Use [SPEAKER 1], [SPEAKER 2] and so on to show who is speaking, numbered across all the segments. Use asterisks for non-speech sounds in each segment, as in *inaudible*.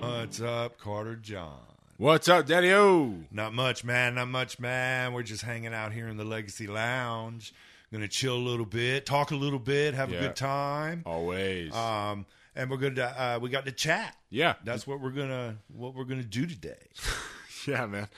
[SPEAKER 1] What's up, Carter John?
[SPEAKER 2] What's up, Daddy O?
[SPEAKER 1] Not much, man. Not much, man. We're just hanging out here in the Legacy Lounge. Gonna chill a little bit, talk a little bit, have
[SPEAKER 2] Yeah.
[SPEAKER 1] a good time.
[SPEAKER 2] Always. Mm.
[SPEAKER 1] Um, and we're gonna uh, we got to chat.
[SPEAKER 2] yeah.
[SPEAKER 1] That's what we're gonna what we're gonna
[SPEAKER 2] *laughs*
[SPEAKER 1] do today.
[SPEAKER 2] Yeah, man.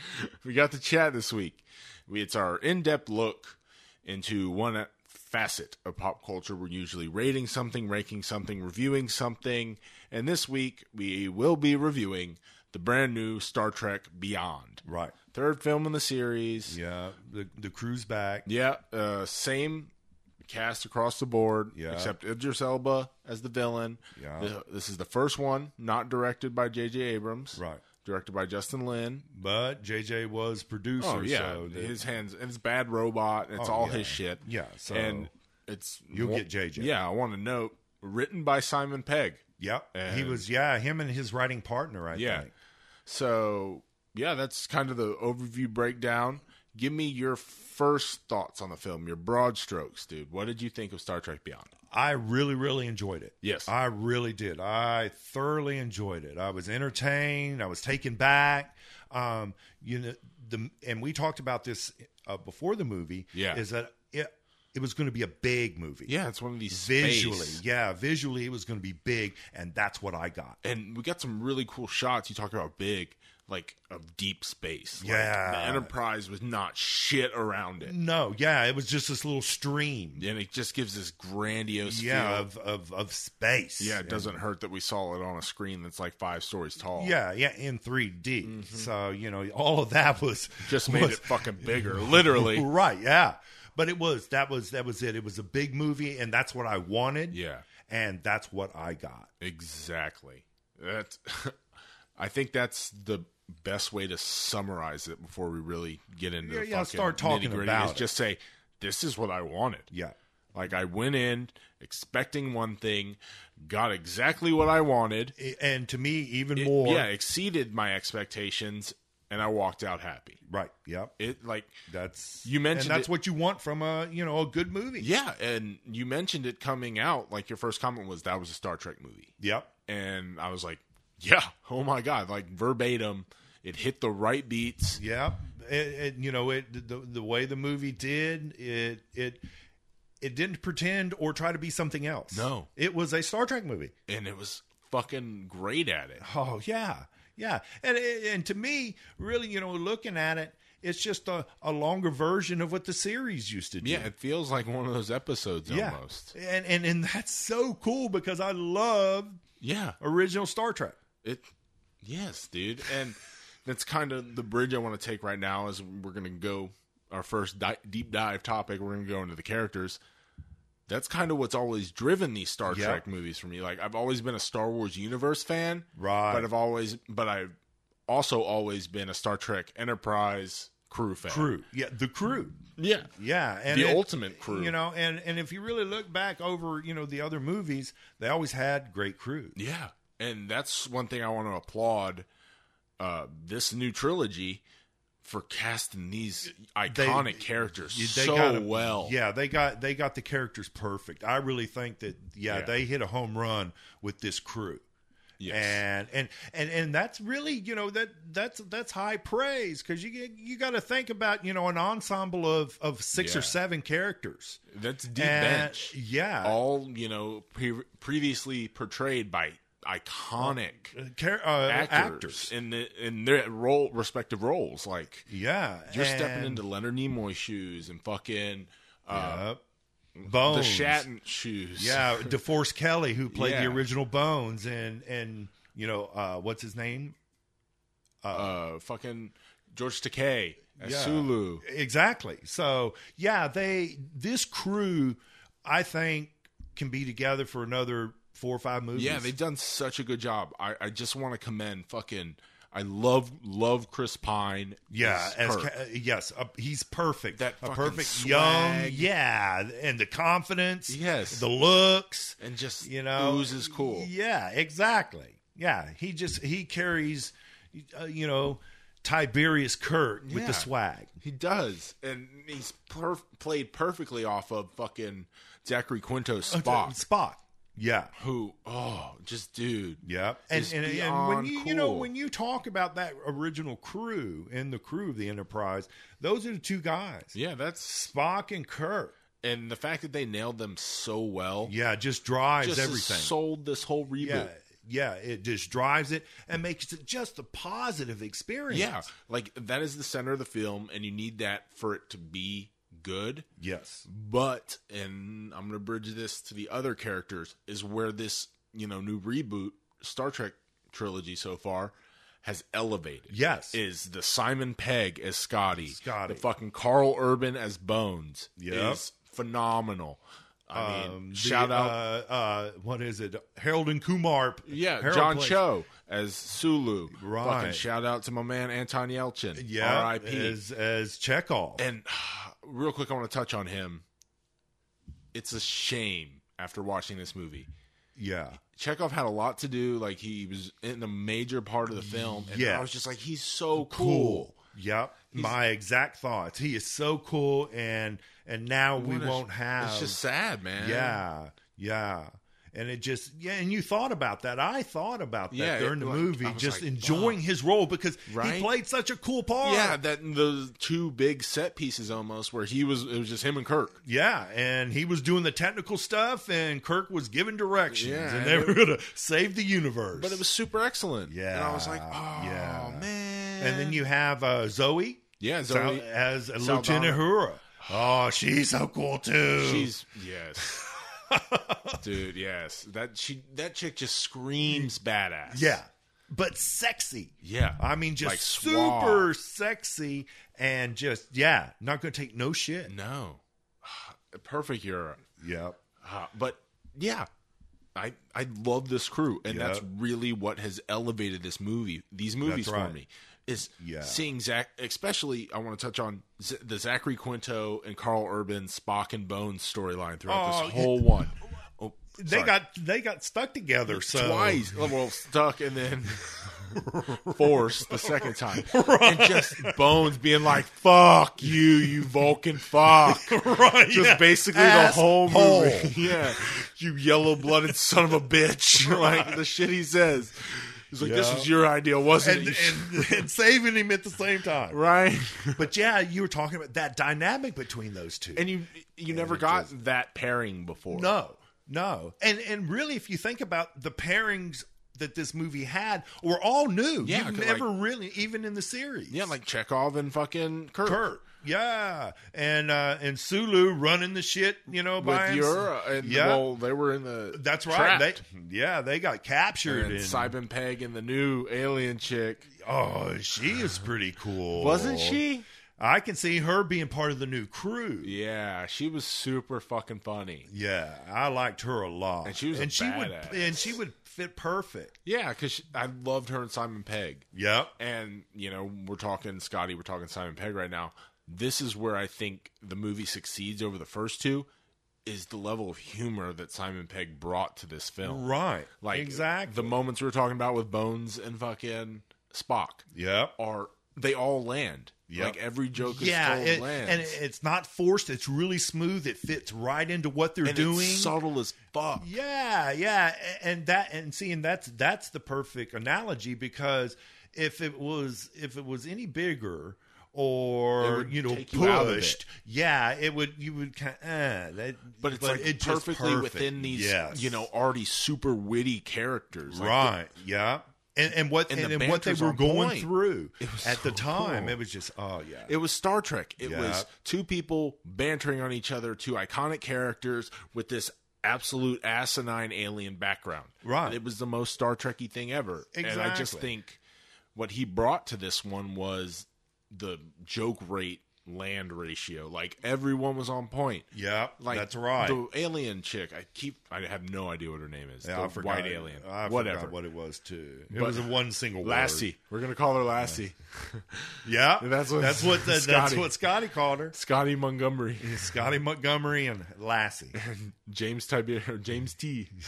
[SPEAKER 2] We got the chat this week. We, it's our in depth look into one facet of pop culture. We're usually rating something, ranking something, reviewing something. And this week, we will be reviewing the brand new Star Trek Beyond.
[SPEAKER 1] Right.
[SPEAKER 2] Third film in the series.
[SPEAKER 1] Yeah. The the crew's back.
[SPEAKER 2] Yeah, uh, same cast across the board,
[SPEAKER 1] Yeah.
[SPEAKER 2] except Idris Elba as the villain.
[SPEAKER 1] Yeah.
[SPEAKER 2] The- this is the first one not directed by J.J. Abrams,
[SPEAKER 1] Right.
[SPEAKER 2] directed by Justin Lin.
[SPEAKER 1] But JJ was producer,
[SPEAKER 2] Oh yeah,
[SPEAKER 1] so the-
[SPEAKER 2] his hands. and It's bad robot. It's
[SPEAKER 1] Oh,
[SPEAKER 2] all
[SPEAKER 1] yeah.
[SPEAKER 2] his shit.
[SPEAKER 1] Yeah, so-
[SPEAKER 2] and it's
[SPEAKER 1] You'll
[SPEAKER 2] wa-
[SPEAKER 1] get JJ.
[SPEAKER 2] Yeah, I want to note written by Simon Pegg.
[SPEAKER 1] Yep. he
[SPEAKER 2] And-
[SPEAKER 1] was yeah, him and his writing partner, I
[SPEAKER 2] Yeah.
[SPEAKER 1] think.
[SPEAKER 2] So yeah, that's kind of the overview breakdown. Give me your first thoughts on the film, your broad strokes, dude. What did you think of Star Trek Beyond?
[SPEAKER 1] I really, really enjoyed it.
[SPEAKER 2] Yes.
[SPEAKER 1] I really did. I thoroughly enjoyed it. I was entertained. I was taken back. Um, you know, the and we talked about this uh, before the movie.
[SPEAKER 2] Yeah.
[SPEAKER 1] is that it? It was going to be a big movie.
[SPEAKER 2] Yeah, it's one of these space-
[SPEAKER 1] visually, yeah, visually, it was going to be big, and that's what I got.
[SPEAKER 2] and we got some really cool shots. You talk about big, like of deep space. Like,
[SPEAKER 1] Yeah.
[SPEAKER 2] the Enterprise was not shit around it,
[SPEAKER 1] No, yeah, it was just this little stream,
[SPEAKER 2] and it just gives this grandiose.
[SPEAKER 1] yeah,
[SPEAKER 2] feel.
[SPEAKER 1] of of of space.
[SPEAKER 2] Yeah, it
[SPEAKER 1] And-
[SPEAKER 2] doesn't hurt that we saw it on a screen that's like five stories tall.
[SPEAKER 1] Yeah, yeah, in 3D. So you know, all of that was
[SPEAKER 2] Mm-hmm. Just made
[SPEAKER 1] *laughs* was-
[SPEAKER 2] it fucking bigger, literally.
[SPEAKER 1] *laughs* Right, yeah. But it was that was that was it. It was a big movie and that's what I wanted.
[SPEAKER 2] Yeah,
[SPEAKER 1] And that's what I got.
[SPEAKER 2] exactly. That's *laughs* I think that's the best way to summarize it before we really get into
[SPEAKER 1] Yeah,
[SPEAKER 2] the
[SPEAKER 1] yeah,
[SPEAKER 2] fucking
[SPEAKER 1] start talking
[SPEAKER 2] nitty-gritty,
[SPEAKER 1] about
[SPEAKER 2] is
[SPEAKER 1] it.
[SPEAKER 2] just say this is what I wanted.
[SPEAKER 1] Yeah.
[SPEAKER 2] Like I went in expecting one thing, got exactly what I wanted.
[SPEAKER 1] I- And to me even
[SPEAKER 2] It-
[SPEAKER 1] more
[SPEAKER 2] yeah, exceeded my expectations and I walked out happy.
[SPEAKER 1] right. Yep.
[SPEAKER 2] It like
[SPEAKER 1] That's
[SPEAKER 2] You mentioned
[SPEAKER 1] and that's
[SPEAKER 2] it-
[SPEAKER 1] what you want from a, you know, a good movie.
[SPEAKER 2] Yeah, and you mentioned it coming out. Like your first comment was that was a Star Trek movie,
[SPEAKER 1] Yep.
[SPEAKER 2] and I was like, yeah, *laughs* oh my god, like verbatim, it hit the right beats.
[SPEAKER 1] Yeah, and, and you know it the, the way the movie did it it it didn't pretend or try to be something else.
[SPEAKER 2] No.
[SPEAKER 1] it was a Star Trek movie.
[SPEAKER 2] and it was fucking great at it.
[SPEAKER 1] Oh yeah, yeah, and and to me, really, you know, looking at it, it's just a, a longer version of what the series used to do.
[SPEAKER 2] Yeah, it feels like one of those episodes
[SPEAKER 1] yeah,
[SPEAKER 2] almost.
[SPEAKER 1] and and and that's so cool because I love
[SPEAKER 2] Yeah,
[SPEAKER 1] original Star Trek.
[SPEAKER 2] it. Yes, dude, and that's kind of the bridge I want to take right now. Is we're gonna go our first di- deep dive topic. We're gonna go into the characters. That's kind of what's always driven these Star
[SPEAKER 1] Yeah.
[SPEAKER 2] Trek movies for me. Like I've always been a Star Wars universe fan.
[SPEAKER 1] Right,
[SPEAKER 2] but I've always, but I've also always been a Star Trek Enterprise crew fan.
[SPEAKER 1] crew. Yeah, the crew.
[SPEAKER 2] yeah,
[SPEAKER 1] Yeah, and
[SPEAKER 2] The
[SPEAKER 1] it-
[SPEAKER 2] ultimate crew.
[SPEAKER 1] You know, and and if you really look back over, you know, the other movies, they always had great crews.
[SPEAKER 2] yeah, and that's one thing I want to applaud uh, this new trilogy for casting these iconic characters
[SPEAKER 1] You-
[SPEAKER 2] so
[SPEAKER 1] got it-
[SPEAKER 2] well.
[SPEAKER 1] Yeah, they got they got the characters perfect. I really think that yeah,
[SPEAKER 2] Yeah.
[SPEAKER 1] they hit a home run with this crew.
[SPEAKER 2] Yes.
[SPEAKER 1] And, and and and that's really you know that that's that's high praise because you get- you got to think about you know an ensemble of of six
[SPEAKER 2] Yeah.
[SPEAKER 1] or seven characters.
[SPEAKER 2] that's deep
[SPEAKER 1] And-
[SPEAKER 2] bench.
[SPEAKER 1] yeah.
[SPEAKER 2] All you know, pre- previously portrayed by iconic
[SPEAKER 1] Uh, char- uh,
[SPEAKER 2] actors,
[SPEAKER 1] actors.
[SPEAKER 2] in the in their role respective roles, like.
[SPEAKER 1] yeah,
[SPEAKER 2] You're stepping
[SPEAKER 1] and-
[SPEAKER 2] into Leonard Nimoy's shoes and fucking uh,
[SPEAKER 1] Yep.
[SPEAKER 2] the
[SPEAKER 1] Bones,
[SPEAKER 2] Shatton shoes.
[SPEAKER 1] yeah, DeForest Kelly who played
[SPEAKER 2] Yeah.
[SPEAKER 1] the original Bones, and and you know uh, what's his name
[SPEAKER 2] uh, fucking George Takei as
[SPEAKER 1] Yeah.
[SPEAKER 2] Sulu.
[SPEAKER 1] Exactly. So yeah, they this crew, I think, can be together for another four or five movies.
[SPEAKER 2] Yeah, they've done such a good job. I, I just want to commend fucking. I love love Chris Pine.
[SPEAKER 1] Yeah,
[SPEAKER 2] as
[SPEAKER 1] as
[SPEAKER 2] Kirk.
[SPEAKER 1] ca- yes, uh, he's perfect.
[SPEAKER 2] That
[SPEAKER 1] a
[SPEAKER 2] fucking
[SPEAKER 1] perfect
[SPEAKER 2] swag.
[SPEAKER 1] young, yeah, and the confidence,
[SPEAKER 2] Yes.
[SPEAKER 1] the looks,
[SPEAKER 2] and just
[SPEAKER 1] you know,
[SPEAKER 2] oozes cool.
[SPEAKER 1] Yeah, exactly. Yeah, he just he carries, uh, you know, Tiberius Kirk with
[SPEAKER 2] Yeah.
[SPEAKER 1] the swag.
[SPEAKER 2] He does, and he's perf- played perfectly off of fucking Zachary Quinto's Spock,
[SPEAKER 1] Spock. Yeah.
[SPEAKER 2] who oh, just dude,
[SPEAKER 1] Yep. And
[SPEAKER 2] It's
[SPEAKER 1] and, and when
[SPEAKER 2] beyond
[SPEAKER 1] you you know
[SPEAKER 2] cool.
[SPEAKER 1] when you talk about that original crew and the crew of the Enterprise, those are the two guys,
[SPEAKER 2] yeah, that's
[SPEAKER 1] Spock and Kirk.
[SPEAKER 2] and the fact that they nailed them so well,
[SPEAKER 1] Yeah, just drives
[SPEAKER 2] just
[SPEAKER 1] everything.
[SPEAKER 2] sold this whole reboot.
[SPEAKER 1] yeah. Yeah, it just drives it and makes it just a positive experience.
[SPEAKER 2] Yeah, like that is the center of the film, and you need that for it to be good.
[SPEAKER 1] Yes.
[SPEAKER 2] But, and I'm going to bridge this to the other characters, is where this, you know, new reboot Star Trek trilogy so far has elevated.
[SPEAKER 1] Yes.
[SPEAKER 2] Is the Simon Pegg as Scotty,
[SPEAKER 1] Scotty.
[SPEAKER 2] the fucking Carl Urban as Bones
[SPEAKER 1] Yep.
[SPEAKER 2] is phenomenal. I mean,
[SPEAKER 1] Um, the,
[SPEAKER 2] shout out,
[SPEAKER 1] Uh, uh, what is it? Harold and Kumar.
[SPEAKER 2] yeah,
[SPEAKER 1] Harold
[SPEAKER 2] John
[SPEAKER 1] plays-
[SPEAKER 2] Cho as Sulu.
[SPEAKER 1] Right.
[SPEAKER 2] Fucking shout out to my man Anton Yelchin.
[SPEAKER 1] Yeah.
[SPEAKER 2] R.I.P.
[SPEAKER 1] As, as Chekhov.
[SPEAKER 2] And *sighs* real quick, I want to touch on him. It's a shame after watching this movie.
[SPEAKER 1] yeah.
[SPEAKER 2] Chekhov had a lot to do. Like he was in a major part of the film, and
[SPEAKER 1] Yeah.
[SPEAKER 2] I was just like, he's so cool.
[SPEAKER 1] cool. Yep. My exact thoughts. He is so cool and and now we
[SPEAKER 2] What a-
[SPEAKER 1] won't have
[SPEAKER 2] It's just sad, man.
[SPEAKER 1] Yeah. Yeah. And it just yeah, and you thought about that. I thought about that
[SPEAKER 2] Yeah, it-
[SPEAKER 1] during the
[SPEAKER 2] like,
[SPEAKER 1] movie,
[SPEAKER 2] I was
[SPEAKER 1] just
[SPEAKER 2] like,
[SPEAKER 1] enjoying his role because he
[SPEAKER 2] Right?
[SPEAKER 1] played such a cool part.
[SPEAKER 2] yeah. That the two big set pieces almost where he was. It was just him and Kirk.
[SPEAKER 1] Yeah, and he was doing the technical stuff, and Kirk was giving directions,
[SPEAKER 2] Yeah,
[SPEAKER 1] and
[SPEAKER 2] and
[SPEAKER 1] they
[SPEAKER 2] it-
[SPEAKER 1] were going to save the universe.
[SPEAKER 2] But it was super excellent.
[SPEAKER 1] Yeah,
[SPEAKER 2] and I was like, oh
[SPEAKER 1] yeah.
[SPEAKER 2] man.
[SPEAKER 1] and then you have uh, Zoe,
[SPEAKER 2] yeah,
[SPEAKER 1] Sal-
[SPEAKER 2] Zoe.
[SPEAKER 1] as a
[SPEAKER 2] Saldana.
[SPEAKER 1] Lieutenant Hura. Oh, she's so cool too.
[SPEAKER 2] She's
[SPEAKER 1] *laughs*
[SPEAKER 2] yes, dude. Yes, that she that chick just screams badass.
[SPEAKER 1] yeah, but sexy.
[SPEAKER 2] yeah.
[SPEAKER 1] I mean, just
[SPEAKER 2] Like suave.
[SPEAKER 1] super sexy, and just yeah, not going to take no shit.
[SPEAKER 2] No, *sighs* perfect Europe.
[SPEAKER 1] Yep.
[SPEAKER 2] Uh, *sighs* but yeah, I I love this crew, and that's
[SPEAKER 1] Yep.
[SPEAKER 2] really what has elevated this movie, these movies
[SPEAKER 1] right.
[SPEAKER 2] for me. Is
[SPEAKER 1] Yeah.
[SPEAKER 2] seeing Zach, especially I want to touch on Z- the Zachary Quinto and Carl Urban Spock and Bones storyline throughout
[SPEAKER 1] Oh,
[SPEAKER 2] this whole one. Oh,
[SPEAKER 1] They
[SPEAKER 2] sorry.
[SPEAKER 1] got they got stuck together so
[SPEAKER 2] twice. Oh, Well, stuck and *laughs* then forced the second time, *laughs* and just Bones being like, "Fuck you, you Vulcan, *laughs* fuck."
[SPEAKER 1] *laughs* right?
[SPEAKER 2] just
[SPEAKER 1] yeah.
[SPEAKER 2] basically the
[SPEAKER 1] Ass
[SPEAKER 2] whole *laughs*
[SPEAKER 1] hole.
[SPEAKER 2] movie. yeah, you yellow blooded son of a bitch! *laughs* like the shit he says. He's like, "This
[SPEAKER 1] Yeah.
[SPEAKER 2] was your idea, wasn't
[SPEAKER 1] *laughs* and,
[SPEAKER 2] it?" You
[SPEAKER 1] and, and saving him at the same
[SPEAKER 2] *laughs*
[SPEAKER 1] time.
[SPEAKER 2] right?
[SPEAKER 1] But yeah, you were talking about that dynamic between those two.
[SPEAKER 2] And you you never got that pairing before.
[SPEAKER 1] no, no, and and really, if you think about the pairings that this movie had, were all new.
[SPEAKER 2] Yeah,
[SPEAKER 1] You've
[SPEAKER 2] 'cause,
[SPEAKER 1] never really, even in the series.
[SPEAKER 2] Yeah, like Chekhov and fucking Kirk,
[SPEAKER 1] Kurt. Yeah, and uh, and Sulu running the shit, you know,
[SPEAKER 2] with
[SPEAKER 1] by himself.
[SPEAKER 2] Yura, and
[SPEAKER 1] Yeah.
[SPEAKER 2] well, they were in the
[SPEAKER 1] That's right. They,
[SPEAKER 2] trapped.
[SPEAKER 1] yeah, they got captured.
[SPEAKER 2] and
[SPEAKER 1] and-
[SPEAKER 2] Simon Pegg and the new alien chick,
[SPEAKER 1] oh, she is pretty cool,
[SPEAKER 2] wasn't she?
[SPEAKER 1] I can see her being part of the new crew.
[SPEAKER 2] Yeah, she was super fucking funny.
[SPEAKER 1] Yeah, I liked her a lot,
[SPEAKER 2] And she was a
[SPEAKER 1] and she
[SPEAKER 2] badass.
[SPEAKER 1] would and she would fit perfect.
[SPEAKER 2] Yeah, because I loved her and Simon Pegg.
[SPEAKER 1] Yep.
[SPEAKER 2] and you know we're talking Scotty, we're talking Simon Pegg right now. This is where I think the movie succeeds over the first two, is the level of humor that Simon Pegg brought to this film.
[SPEAKER 1] Right.
[SPEAKER 2] Like
[SPEAKER 1] exactly.
[SPEAKER 2] the moments we were talking about with Bones and fucking Spock
[SPEAKER 1] yep.
[SPEAKER 2] are they all land.
[SPEAKER 1] Yep.
[SPEAKER 2] Like every joke is
[SPEAKER 1] Yeah,
[SPEAKER 2] told
[SPEAKER 1] it-
[SPEAKER 2] lands.
[SPEAKER 1] and it- it's not forced. It's really smooth. It fits right into what they're
[SPEAKER 2] And it's
[SPEAKER 1] doing.
[SPEAKER 2] subtle as fuck.
[SPEAKER 1] Yeah, yeah, a- and that and seeing that's that's the perfect analogy because if it was if it was any
[SPEAKER 2] It
[SPEAKER 1] bigger or
[SPEAKER 2] would
[SPEAKER 1] you know
[SPEAKER 2] take
[SPEAKER 1] pushed,
[SPEAKER 2] you out of it.
[SPEAKER 1] yeah, it would you would kind of, eh, that,
[SPEAKER 2] But it's like
[SPEAKER 1] it just
[SPEAKER 2] perfectly
[SPEAKER 1] perfect.
[SPEAKER 2] within these,
[SPEAKER 1] Yes.
[SPEAKER 2] you know, already super witty characters. Like,
[SPEAKER 1] right, yeah. And, and what
[SPEAKER 2] And
[SPEAKER 1] and,
[SPEAKER 2] the
[SPEAKER 1] and what they
[SPEAKER 2] banter's
[SPEAKER 1] were
[SPEAKER 2] on
[SPEAKER 1] going
[SPEAKER 2] point.
[SPEAKER 1] through
[SPEAKER 2] It was
[SPEAKER 1] at the
[SPEAKER 2] so
[SPEAKER 1] time,
[SPEAKER 2] cool.
[SPEAKER 1] it was just oh yeah,
[SPEAKER 2] It was Star Trek. It
[SPEAKER 1] Yeah.
[SPEAKER 2] was two people bantering on each other, two iconic characters with this absolute asinine alien background.
[SPEAKER 1] Right.
[SPEAKER 2] It was the most Star Trekky thing ever. And I just
[SPEAKER 1] Exactly.
[SPEAKER 2] think what he brought to this one was the joke rate land ratio. Like everyone was on point.
[SPEAKER 1] Yeah,
[SPEAKER 2] Like
[SPEAKER 1] that's right.
[SPEAKER 2] The alien chick, I keep, I have no idea what her name is.
[SPEAKER 1] yeah,
[SPEAKER 2] the
[SPEAKER 1] I forgot.
[SPEAKER 2] white alien,
[SPEAKER 1] I
[SPEAKER 2] whatever.
[SPEAKER 1] forgot what it was too. It
[SPEAKER 2] But-
[SPEAKER 1] was a one single word.
[SPEAKER 2] Lassie, we're gonna call her Lassie.
[SPEAKER 1] Yeah,
[SPEAKER 2] That's what-
[SPEAKER 1] that's what the, that's
[SPEAKER 2] Scotty.
[SPEAKER 1] what Scotty called her.
[SPEAKER 2] Scotty Montgomery, *laughs*
[SPEAKER 1] Scotty Montgomery and Lassie,
[SPEAKER 2] James Tiber, or James T. *laughs*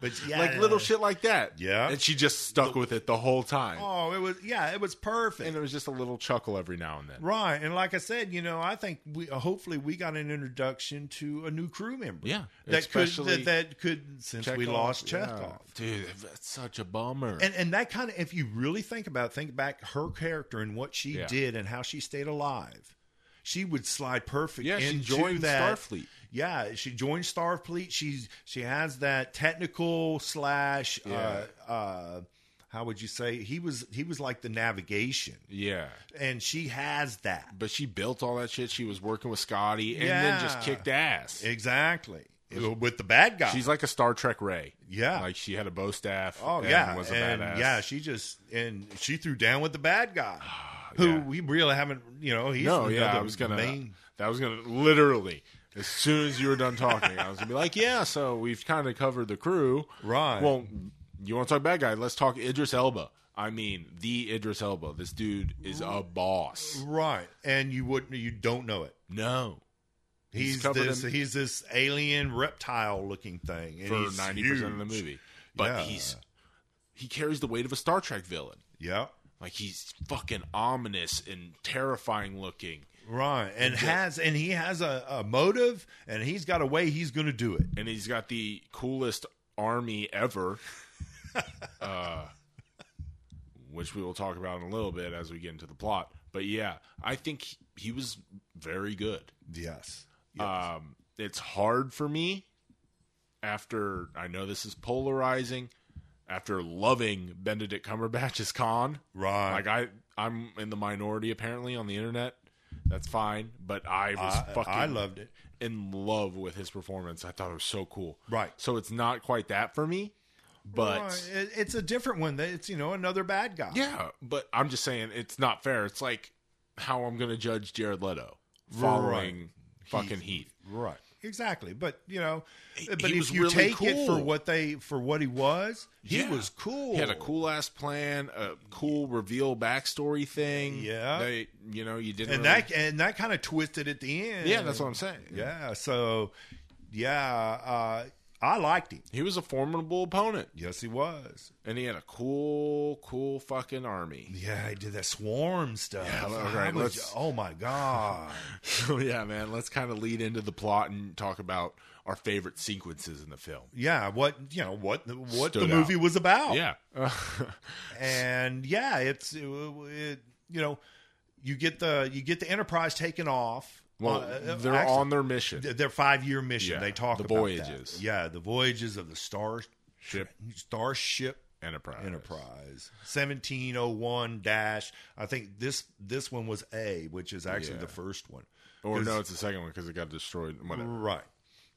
[SPEAKER 1] but yeah,
[SPEAKER 2] Like little shit like that.
[SPEAKER 1] Yeah.
[SPEAKER 2] and she just stuck with it the whole time,
[SPEAKER 1] Oh, it was yeah, it was perfect.
[SPEAKER 2] and it was just a little chuckle every now and then.
[SPEAKER 1] Right, and like I said, you know, I think we uh, hopefully we got an introduction to a new crew member.
[SPEAKER 2] Yeah,
[SPEAKER 1] that could
[SPEAKER 2] especially
[SPEAKER 1] that, that could since we
[SPEAKER 2] Chekhov,
[SPEAKER 1] lost
[SPEAKER 2] yeah.
[SPEAKER 1] Chekhov.
[SPEAKER 2] dude, that's such a bummer.
[SPEAKER 1] And and that kind of if you really think about it, think back her character and what she
[SPEAKER 2] Yeah.
[SPEAKER 1] did and how she stayed alive. She would slide perfect
[SPEAKER 2] yeah, she
[SPEAKER 1] into
[SPEAKER 2] joined
[SPEAKER 1] that.
[SPEAKER 2] Starfleet.
[SPEAKER 1] Yeah, she joined Starfleet. She's she has that technical slash
[SPEAKER 2] Yeah.
[SPEAKER 1] uh, uh how would you say he was he was like the navigation
[SPEAKER 2] Yeah,
[SPEAKER 1] and she has that.
[SPEAKER 2] but she built all that shit. She was working with Scotty, and then just
[SPEAKER 1] Yeah.
[SPEAKER 2] kicked ass.
[SPEAKER 1] Exactly. With the bad guy.
[SPEAKER 2] She's like a Star Trek Ray.
[SPEAKER 1] yeah.
[SPEAKER 2] Like she had a bow staff.
[SPEAKER 1] oh
[SPEAKER 2] and
[SPEAKER 1] yeah.
[SPEAKER 2] was a
[SPEAKER 1] and
[SPEAKER 2] badass.
[SPEAKER 1] yeah, she just and she threw down with the bad guy.
[SPEAKER 2] *sighs*
[SPEAKER 1] Who
[SPEAKER 2] yeah.
[SPEAKER 1] we really haven't you know, he's
[SPEAKER 2] no, yeah,
[SPEAKER 1] another
[SPEAKER 2] I was gonna.
[SPEAKER 1] main
[SPEAKER 2] That was gonna literally. As soon as you were done talking, I was gonna be like, "Yeah, so we've kind of covered the crew,
[SPEAKER 1] Right.
[SPEAKER 2] Well, you want to talk bad guy? Let's talk Idris Elba. I mean, the Idris Elba. This dude is a boss.
[SPEAKER 1] Right. And you wouldn't you don't know it.
[SPEAKER 2] No, He's
[SPEAKER 1] He's,
[SPEAKER 2] covered
[SPEAKER 1] this
[SPEAKER 2] in-
[SPEAKER 1] he's this alien reptile looking thing. And
[SPEAKER 2] for
[SPEAKER 1] he's
[SPEAKER 2] ninety percent of the
[SPEAKER 1] huge.
[SPEAKER 2] movie, but
[SPEAKER 1] Yeah.
[SPEAKER 2] he's he carries the weight of a Star Trek villain.
[SPEAKER 1] Yeah.
[SPEAKER 2] Like he's fucking ominous and terrifying looking,
[SPEAKER 1] Right. And has and he has a, a motive and he's got a way he's gonna do it.
[SPEAKER 2] and he's got the coolest army
[SPEAKER 1] *laughs*
[SPEAKER 2] ever, uh, which we will talk about in a little bit as we get into the plot. But yeah, I think he, he was very good.
[SPEAKER 1] Yes.
[SPEAKER 2] Um, it's hard for me after I know this is polarizing. After loving Benedict Cumberbatch as Khan,
[SPEAKER 1] Right.
[SPEAKER 2] like I, I'm in the minority apparently on the internet. That's fine, but I was
[SPEAKER 1] I,
[SPEAKER 2] fucking
[SPEAKER 1] I loved it.
[SPEAKER 2] in love with his performance. I thought it was so cool.
[SPEAKER 1] Right.
[SPEAKER 2] So it's not quite that for me, but
[SPEAKER 1] Right. It- it's a different one. That It's you know another bad guy.
[SPEAKER 2] yeah. But I'm just saying it's not fair. It's like how I'm going to judge Jared Leto following fucking Heath.
[SPEAKER 1] right, exactly. But you know, but
[SPEAKER 2] he
[SPEAKER 1] if
[SPEAKER 2] was
[SPEAKER 1] you
[SPEAKER 2] really
[SPEAKER 1] take it for
[SPEAKER 2] cool.
[SPEAKER 1] what they for what he was, he
[SPEAKER 2] Yeah.
[SPEAKER 1] was cool.
[SPEAKER 2] He had a cool ass plan, a cool reveal backstory thing.
[SPEAKER 1] Yeah.
[SPEAKER 2] They, you know, you didn't.
[SPEAKER 1] and
[SPEAKER 2] really-
[SPEAKER 1] that and that kind of twisted at the end.
[SPEAKER 2] yeah, that's what I'm saying.
[SPEAKER 1] Yeah. So, yeah, uh, I liked him.
[SPEAKER 2] He was a formidable opponent,
[SPEAKER 1] Yes, he was.
[SPEAKER 2] and he had a cool, cool fucking army.
[SPEAKER 1] Yeah, he did that swarm stuff.
[SPEAKER 2] Yeah, all
[SPEAKER 1] I
[SPEAKER 2] right,
[SPEAKER 1] was-
[SPEAKER 2] let's-
[SPEAKER 1] oh
[SPEAKER 2] *laughs*
[SPEAKER 1] my god.
[SPEAKER 2] So Oh, yeah, man, let's kind of lead into the plot and talk about our favorite sequences in the film.
[SPEAKER 1] yeah. What you know? What the- what
[SPEAKER 2] Stood
[SPEAKER 1] the movie
[SPEAKER 2] out.
[SPEAKER 1] was about? *laughs*
[SPEAKER 2] Yeah.
[SPEAKER 1] and yeah, it's it, it, you know you get the you get the Enterprise taken off.
[SPEAKER 2] well,
[SPEAKER 1] Uh,
[SPEAKER 2] they're
[SPEAKER 1] actually,
[SPEAKER 2] on their mission.
[SPEAKER 1] their five year mission.
[SPEAKER 2] Yeah,
[SPEAKER 1] they talk
[SPEAKER 2] the
[SPEAKER 1] about that.
[SPEAKER 2] voyages.
[SPEAKER 1] Yeah, the voyages of the star
[SPEAKER 2] Ship
[SPEAKER 1] starship
[SPEAKER 2] Enterprise.
[SPEAKER 1] Enterprise seventeen oh one dash. I think this this one was A, which is actually
[SPEAKER 2] Yeah.
[SPEAKER 1] the first one.
[SPEAKER 2] Or
[SPEAKER 1] 'Cause-
[SPEAKER 2] no, it's the second one because it got destroyed. Whatever.
[SPEAKER 1] Right.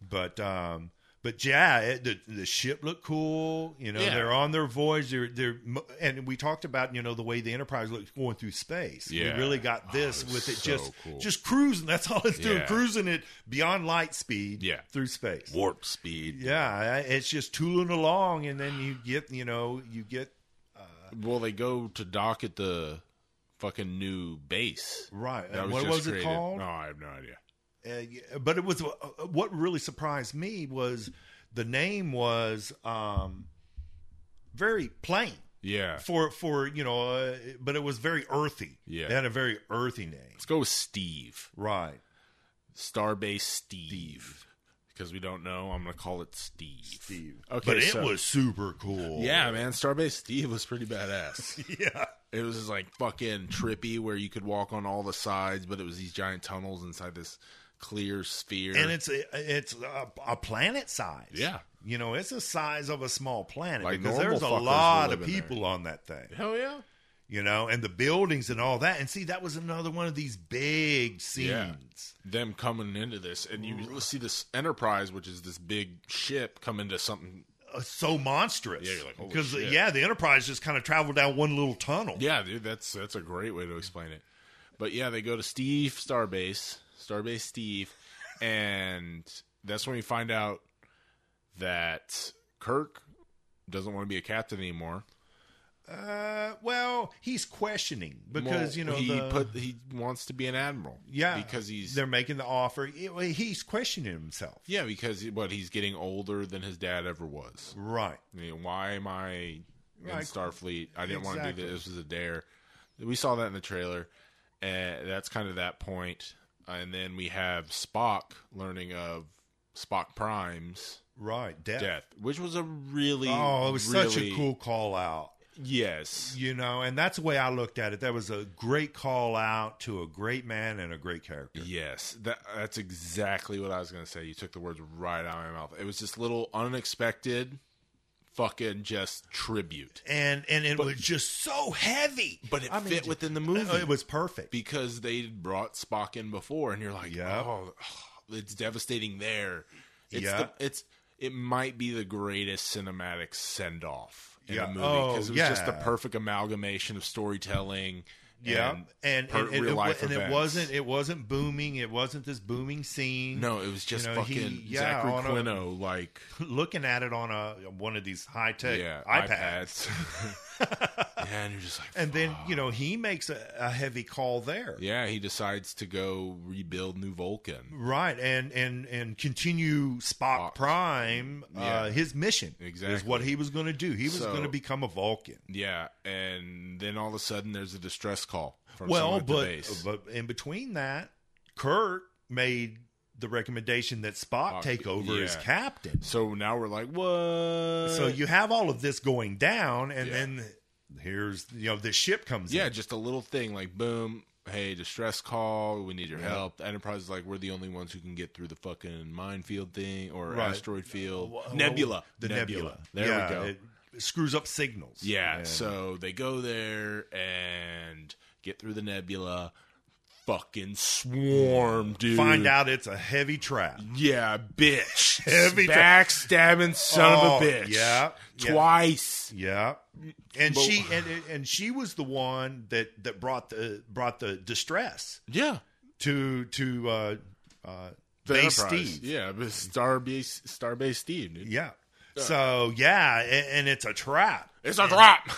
[SPEAKER 1] But um but yeah, it, the the ship looked cool. You know,
[SPEAKER 2] Yeah.
[SPEAKER 1] they're on their voyage. They're they're mo- and we talked about you know the way the Enterprise looked going through space.
[SPEAKER 2] Yeah.
[SPEAKER 1] we really got this
[SPEAKER 2] Oh, it was
[SPEAKER 1] with it
[SPEAKER 2] so
[SPEAKER 1] just
[SPEAKER 2] cool.
[SPEAKER 1] just cruising. That's all it's doing,
[SPEAKER 2] Yeah.
[SPEAKER 1] cruising it beyond light speed.
[SPEAKER 2] Yeah.
[SPEAKER 1] through space.
[SPEAKER 2] Warp speed.
[SPEAKER 1] Yeah, I- it's just tooling along, and then you get you know you get
[SPEAKER 2] Well, they go to dock at the fucking new base.
[SPEAKER 1] right.
[SPEAKER 2] That
[SPEAKER 1] Uh, what
[SPEAKER 2] just
[SPEAKER 1] was it
[SPEAKER 2] created.
[SPEAKER 1] called?
[SPEAKER 2] No, I have no idea.
[SPEAKER 1] Uh, yeah, but it was uh, what really surprised me was the name was um, very plain
[SPEAKER 2] Yeah.
[SPEAKER 1] for for you know, uh, but it was very earthy.
[SPEAKER 2] Yeah.
[SPEAKER 1] it had a very earthy name.
[SPEAKER 2] Let's go with Steve.
[SPEAKER 1] Right,
[SPEAKER 2] Starbase Steve. Because we don't know, I'm going to call it Steve.
[SPEAKER 1] Steve.
[SPEAKER 2] Okay,
[SPEAKER 1] but it
[SPEAKER 2] so-
[SPEAKER 1] was super cool.
[SPEAKER 2] Yeah, man. Starbase Steve was pretty badass.
[SPEAKER 1] yeah,
[SPEAKER 2] It was just like fucking trippy where you could walk on all the sides, but it was these giant tunnels inside this clear sphere.
[SPEAKER 1] and it's a, it's a, a planet size.
[SPEAKER 2] Yeah.
[SPEAKER 1] you know, it's the size of a small planet
[SPEAKER 2] Like
[SPEAKER 1] because
[SPEAKER 2] normal
[SPEAKER 1] there's a
[SPEAKER 2] fuckers
[SPEAKER 1] lot
[SPEAKER 2] live
[SPEAKER 1] of
[SPEAKER 2] in there.
[SPEAKER 1] people on that thing.
[SPEAKER 2] hell yeah.
[SPEAKER 1] You know, and the buildings and all that. And see, that was another one of these big scenes.
[SPEAKER 2] Yeah. Them coming into this, and you see this Enterprise, which is this big ship, come into something.
[SPEAKER 1] uh, so monstrous. uh,
[SPEAKER 2] Yeah, you're like, holy
[SPEAKER 1] because
[SPEAKER 2] shit.
[SPEAKER 1] yeah, the Enterprise just kind of traveled down one little tunnel.
[SPEAKER 2] Yeah, dude, that's that's a great way to explain it. But yeah, they go to Steve Starbase, Starbase Steve, and that's when we find out that Kirk doesn't want to be a captain anymore.
[SPEAKER 1] Uh, well, he's questioning because
[SPEAKER 2] Well,
[SPEAKER 1] you know
[SPEAKER 2] he
[SPEAKER 1] the,
[SPEAKER 2] put he wants to be an admiral.
[SPEAKER 1] yeah
[SPEAKER 2] because he's
[SPEAKER 1] they're making the offer. He's questioning himself,
[SPEAKER 2] yeah because but he's getting older than his dad ever was.
[SPEAKER 1] right?
[SPEAKER 2] I mean, why am I in
[SPEAKER 1] Right.
[SPEAKER 2] Starfleet? I didn't want to do
[SPEAKER 1] Exactly.
[SPEAKER 2] this. This was a dare. We saw that in the trailer. And that's kind of that point. And then we have Spock learning of Spock Prime's
[SPEAKER 1] Right, death.
[SPEAKER 2] death, which was a really
[SPEAKER 1] Oh, it was such a
[SPEAKER 2] really-
[SPEAKER 1] cool call out.
[SPEAKER 2] yes.
[SPEAKER 1] You know, and that's the way I looked at it. That was a great call out to a great man and a great character.
[SPEAKER 2] Yes, that that's exactly what I was gonna say. You took the words right out of my mouth. It was this little unexpected, fucking just tribute,
[SPEAKER 1] And and it was just so heavy.
[SPEAKER 2] but it
[SPEAKER 1] I mean, uh, Oh,
[SPEAKER 2] fit within the movie.
[SPEAKER 1] It was perfect.
[SPEAKER 2] because they brought Spock in before, and you're like,
[SPEAKER 1] Yep.
[SPEAKER 2] oh, it's devastating. There, it's
[SPEAKER 1] Yep.
[SPEAKER 2] the, it's it might be the greatest cinematic send off in
[SPEAKER 1] Yeah.
[SPEAKER 2] a movie
[SPEAKER 1] Oh,
[SPEAKER 2] because it was just the
[SPEAKER 1] yeah.
[SPEAKER 2] perfect amalgamation of storytelling.
[SPEAKER 1] yeah,
[SPEAKER 2] and-
[SPEAKER 1] and
[SPEAKER 2] per-
[SPEAKER 1] and, and,
[SPEAKER 2] real
[SPEAKER 1] it, wa-
[SPEAKER 2] life
[SPEAKER 1] and it
[SPEAKER 2] events.
[SPEAKER 1] wasn't it wasn't booming. It wasn't this booming scene.
[SPEAKER 2] no, it was just
[SPEAKER 1] know,
[SPEAKER 2] fucking
[SPEAKER 1] he- yeah,
[SPEAKER 2] Zachary
[SPEAKER 1] on a-
[SPEAKER 2] Quinto, like
[SPEAKER 1] *laughs* looking at it on a one of these high tech
[SPEAKER 2] yeah,
[SPEAKER 1] iPads. *laughs*
[SPEAKER 2] iPads. *laughs* yeah, and you're just like,
[SPEAKER 1] And then
[SPEAKER 2] fuck.
[SPEAKER 1] you know he makes a, a heavy call there,
[SPEAKER 2] Ah. yeah, he decides to go rebuild New Vulcan.
[SPEAKER 1] right? And and and continue Spock
[SPEAKER 2] Spock.
[SPEAKER 1] Prime,
[SPEAKER 2] Yeah.
[SPEAKER 1] uh, his mission is
[SPEAKER 2] Exactly.
[SPEAKER 1] what he was going to do. He was
[SPEAKER 2] So-
[SPEAKER 1] going to become a Vulcan.
[SPEAKER 2] Yeah, and then all of a sudden there's a distress call from
[SPEAKER 1] Well,
[SPEAKER 2] someone at the
[SPEAKER 1] but
[SPEAKER 2] base.
[SPEAKER 1] but in between that, Kirk made the recommendation that Spock
[SPEAKER 2] Spock,
[SPEAKER 1] take over as
[SPEAKER 2] yeah.
[SPEAKER 1] captain.
[SPEAKER 2] So now we're like, what?
[SPEAKER 1] So you have all of this going down, and
[SPEAKER 2] Yeah.
[SPEAKER 1] then here's you know the ship comes
[SPEAKER 2] yeah,
[SPEAKER 1] in.
[SPEAKER 2] just a little thing like, boom, hey, distress call, we need your
[SPEAKER 1] Yeah.
[SPEAKER 2] help. Enterprise is like, we're the only ones who can get through the fucking minefield thing or
[SPEAKER 1] Right.
[SPEAKER 2] asteroid field,
[SPEAKER 1] Well,
[SPEAKER 2] nebula,
[SPEAKER 1] the nebula.
[SPEAKER 2] There
[SPEAKER 1] Yeah,
[SPEAKER 2] we go.
[SPEAKER 1] It screws up signals.
[SPEAKER 2] yeah,
[SPEAKER 1] And-
[SPEAKER 2] so they go there and get through the nebula. Fucking swarm, dude.
[SPEAKER 1] Find out it's a heavy trap.
[SPEAKER 2] Yeah, bitch.
[SPEAKER 1] *laughs* Heavy tra-
[SPEAKER 2] Backstabbing son
[SPEAKER 1] Oh,
[SPEAKER 2] of a bitch.
[SPEAKER 1] yeah, yeah.
[SPEAKER 2] Twice.
[SPEAKER 1] Yeah, and
[SPEAKER 2] But-
[SPEAKER 1] she and and she was the one that that brought the brought the distress
[SPEAKER 2] Yeah.
[SPEAKER 1] to to uh, uh,
[SPEAKER 2] Bay
[SPEAKER 1] base Steve.
[SPEAKER 2] Yeah, but Starbase Starbase Steve, dude.
[SPEAKER 1] Yeah. So yeah, and, and it's a trap,
[SPEAKER 2] It's a trap.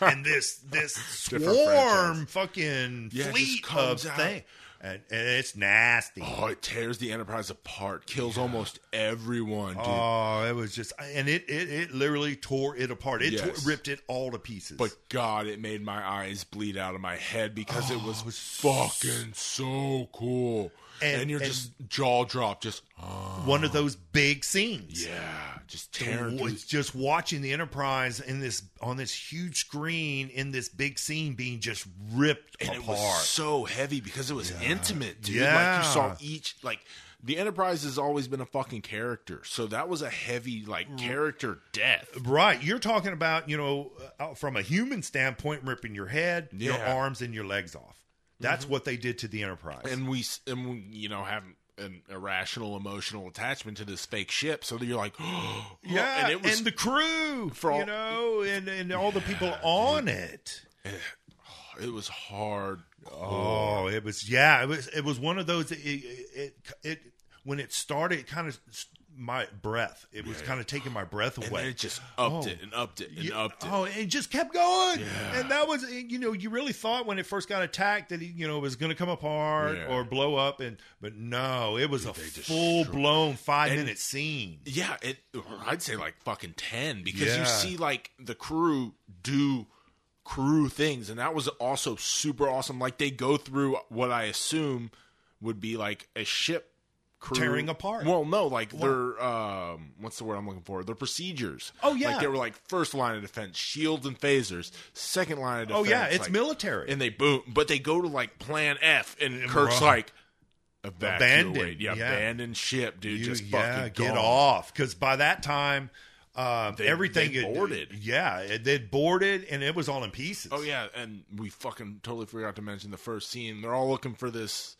[SPEAKER 2] *laughs*
[SPEAKER 1] and this this
[SPEAKER 2] Different
[SPEAKER 1] swarm fucking
[SPEAKER 2] Yeah, it just
[SPEAKER 1] fleet of
[SPEAKER 2] comes out.
[SPEAKER 1] thing, and, and it's nasty.
[SPEAKER 2] oh, it tears the Enterprise apart, kills almost everyone, dude.
[SPEAKER 1] Oh, it was just, and it it, it literally tore it apart. It
[SPEAKER 2] Yes.
[SPEAKER 1] tore, ripped it all to pieces.
[SPEAKER 2] but God, it made my eyes bleed out of my head because it was
[SPEAKER 1] it was
[SPEAKER 2] fucking so cool. And,
[SPEAKER 1] Oh, And-
[SPEAKER 2] you're
[SPEAKER 1] and-
[SPEAKER 2] just jaw drop, just oh,
[SPEAKER 1] one of those big scenes.
[SPEAKER 2] yeah, just tearing. through-
[SPEAKER 1] Was just watching the Enterprise in this on this huge screen in this big scene being just ripped
[SPEAKER 2] and it
[SPEAKER 1] apart.
[SPEAKER 2] was so heavy because it was intimate, dude. Like you
[SPEAKER 1] Yeah.
[SPEAKER 2] saw each like the Enterprise has always been a fucking character, so that was a heavy
[SPEAKER 1] Mm.
[SPEAKER 2] like character death.
[SPEAKER 1] Right, you're talking about you know uh, from a human standpoint, ripping your head, your
[SPEAKER 2] Yeah. Mm-hmm.
[SPEAKER 1] arms, and your legs off. That's what they did to the Enterprise.
[SPEAKER 2] and we s- and we, you know have an irrational emotional attachment to this fake ship so that you're like *gasps* oh
[SPEAKER 1] yeah,
[SPEAKER 2] and it was
[SPEAKER 1] the crew,
[SPEAKER 2] for all-
[SPEAKER 1] you know, and and all the people on it.
[SPEAKER 2] it was hard
[SPEAKER 1] Oh, it was yeah, it was it was one of those it it, it when it started, it kind of my breath. It was kind of taking my breath
[SPEAKER 2] and then
[SPEAKER 1] away.
[SPEAKER 2] it just upped
[SPEAKER 1] Oh.
[SPEAKER 2] it and upped it and
[SPEAKER 1] Yeah,
[SPEAKER 2] upped it
[SPEAKER 1] oh, and it just kept going. And that was, you know, you really thought when it first got attacked that, it, you know, it was going to come apart
[SPEAKER 2] Yeah.
[SPEAKER 1] or blow up. and But no, it was a
[SPEAKER 2] they destroyed-
[SPEAKER 1] full blown five
[SPEAKER 2] And-
[SPEAKER 1] minute scene.
[SPEAKER 2] yeah it i'd say like fucking 10 because you
[SPEAKER 1] Yeah.
[SPEAKER 2] see like the crew do crew things and that was also super awesome like they go through what i assume would be like a ship crew
[SPEAKER 1] Tearing apart.
[SPEAKER 2] well no like their um what's the word i'm looking for their procedures
[SPEAKER 1] Oh, yeah.
[SPEAKER 2] like they were like first line of defense shields and phasers second line of
[SPEAKER 1] Oh,
[SPEAKER 2] defense
[SPEAKER 1] yeah, it's
[SPEAKER 2] like-
[SPEAKER 1] military.
[SPEAKER 2] and they boom but they go to like plan f and kirk's
[SPEAKER 1] Right.
[SPEAKER 2] like evacuate
[SPEAKER 1] Abandon,
[SPEAKER 2] yeah,
[SPEAKER 1] yeah.
[SPEAKER 2] abandon ship dude
[SPEAKER 1] You-
[SPEAKER 2] just
[SPEAKER 1] yeah,
[SPEAKER 2] fucking
[SPEAKER 1] get
[SPEAKER 2] gone.
[SPEAKER 1] off because by that time, um,
[SPEAKER 2] They-
[SPEAKER 1] everything
[SPEAKER 2] they
[SPEAKER 1] had-
[SPEAKER 2] boarded.
[SPEAKER 1] yeah, they'd boarded and it was all in pieces.
[SPEAKER 2] Oh yeah, and we fucking totally forgot to mention the first scene. They're all looking for this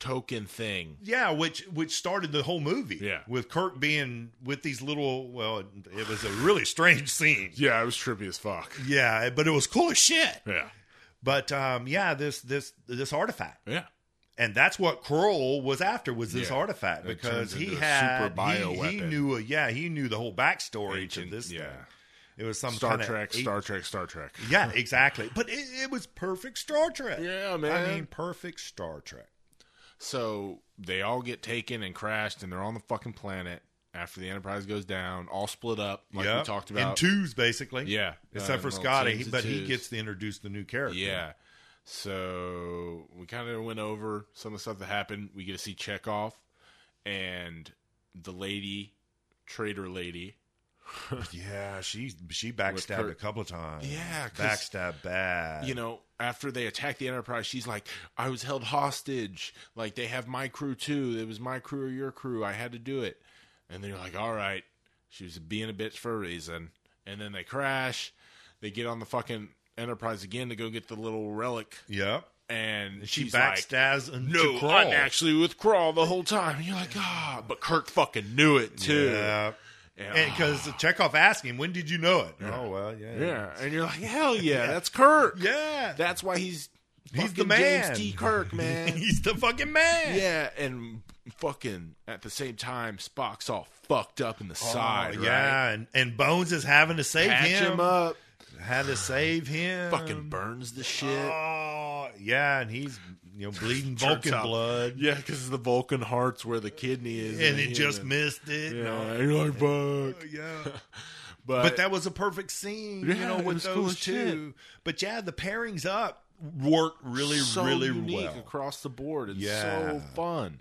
[SPEAKER 2] token thing.
[SPEAKER 1] Yeah, which which started the whole movie.
[SPEAKER 2] Yeah.
[SPEAKER 1] with Kirk being with these little. Well, it was a really strange scene.
[SPEAKER 2] Yeah, it was trippy as fuck.
[SPEAKER 1] Yeah, but it was cool as shit.
[SPEAKER 2] Yeah.
[SPEAKER 1] But um, yeah, this this this artifact,
[SPEAKER 2] Yeah.
[SPEAKER 1] and that's what Kroll was after was this
[SPEAKER 2] Yeah.
[SPEAKER 1] artifact
[SPEAKER 2] It
[SPEAKER 1] because
[SPEAKER 2] turns
[SPEAKER 1] he
[SPEAKER 2] into a
[SPEAKER 1] had
[SPEAKER 2] super bio
[SPEAKER 1] he, he
[SPEAKER 2] weapon.
[SPEAKER 1] knew a, yeah he knew the whole backstory
[SPEAKER 2] Ancient-
[SPEAKER 1] to this.
[SPEAKER 2] yeah.
[SPEAKER 1] thing. it was some
[SPEAKER 2] Star
[SPEAKER 1] kinda
[SPEAKER 2] Trek,
[SPEAKER 1] eight-
[SPEAKER 2] Star Trek, Star Trek.
[SPEAKER 1] Yeah, exactly. But it, it was perfect Star Trek.
[SPEAKER 2] Yeah, man.
[SPEAKER 1] I mean, perfect Star Trek.
[SPEAKER 2] So they all get taken and crashed, and they're on the fucking planet after the Enterprise goes down. All split up, like
[SPEAKER 1] yeah,
[SPEAKER 2] we talked about.
[SPEAKER 1] in twos basically.
[SPEAKER 2] yeah,
[SPEAKER 1] except
[SPEAKER 2] Uh,
[SPEAKER 1] for
[SPEAKER 2] well,
[SPEAKER 1] Scotty,
[SPEAKER 2] teams
[SPEAKER 1] he-
[SPEAKER 2] of
[SPEAKER 1] but he
[SPEAKER 2] twos.
[SPEAKER 1] gets to introduce the new character.
[SPEAKER 2] Yeah. So we kind of went over some of the stuff that happened. We get to see Chekhov and the lady, traitor lady.
[SPEAKER 1] *laughs* yeah. She she backstabbed
[SPEAKER 2] Kurt-
[SPEAKER 1] a couple of times.
[SPEAKER 2] Yeah, 'cause,
[SPEAKER 1] backstab bad.
[SPEAKER 2] You know, after they attack the Enterprise, she's like, I was held hostage. Like, they have my crew too. It was my crew or your crew. I had to do it. And they're like, all right. She was being a bitch for a reason. And then they crash. They get on the fucking Enterprise again to go get the little relic.
[SPEAKER 1] Yep.
[SPEAKER 2] And
[SPEAKER 1] She
[SPEAKER 2] she's like,
[SPEAKER 1] backstabs and
[SPEAKER 2] No,
[SPEAKER 1] to
[SPEAKER 2] I'm
[SPEAKER 1] Kroll.
[SPEAKER 2] actually with Crawl the whole time. And you're like, ah, but Kirk fucking knew it too.
[SPEAKER 1] Yeah.
[SPEAKER 2] And,
[SPEAKER 1] And because Chekhov asked him, "When did you know it?"
[SPEAKER 2] Yeah.
[SPEAKER 1] Oh well, yeah,
[SPEAKER 2] ah, yeah, and you're like, hell
[SPEAKER 1] *laughs*
[SPEAKER 2] yeah, that's Kirk.
[SPEAKER 1] yeah.
[SPEAKER 2] That's why he's
[SPEAKER 1] He's the
[SPEAKER 2] fucking
[SPEAKER 1] man.
[SPEAKER 2] James T. Kirk, man.
[SPEAKER 1] *laughs* He's the fucking man.
[SPEAKER 2] yeah, and fucking at the same time, Spock's all fucked up in the
[SPEAKER 1] Oh,
[SPEAKER 2] side. right?
[SPEAKER 1] yeah, and, and Bones is having to save
[SPEAKER 2] patch him,
[SPEAKER 1] him.
[SPEAKER 2] up,
[SPEAKER 1] Had to save him.
[SPEAKER 2] fucking burns the shit.
[SPEAKER 1] Oh, yeah, and he's you know
[SPEAKER 2] *laughs*
[SPEAKER 1] bleeding Vulcan
[SPEAKER 2] Turns out-
[SPEAKER 1] blood,
[SPEAKER 2] Yeah, because the Vulcan heart's where the kidney is, in
[SPEAKER 1] and it
[SPEAKER 2] the
[SPEAKER 1] just
[SPEAKER 2] human.
[SPEAKER 1] missed it.
[SPEAKER 2] Yeah,
[SPEAKER 1] No.
[SPEAKER 2] *laughs* and you're like, fuck.
[SPEAKER 1] Yeah.
[SPEAKER 2] But,
[SPEAKER 1] But that was a perfect scene, you
[SPEAKER 2] Yeah,
[SPEAKER 1] know,
[SPEAKER 2] it
[SPEAKER 1] with
[SPEAKER 2] was cool
[SPEAKER 1] those
[SPEAKER 2] as shit.
[SPEAKER 1] two. But yeah, the pairings up worked really,
[SPEAKER 2] so
[SPEAKER 1] really
[SPEAKER 2] unique
[SPEAKER 1] well.
[SPEAKER 2] across the board. It's
[SPEAKER 1] Yeah.
[SPEAKER 2] so fun.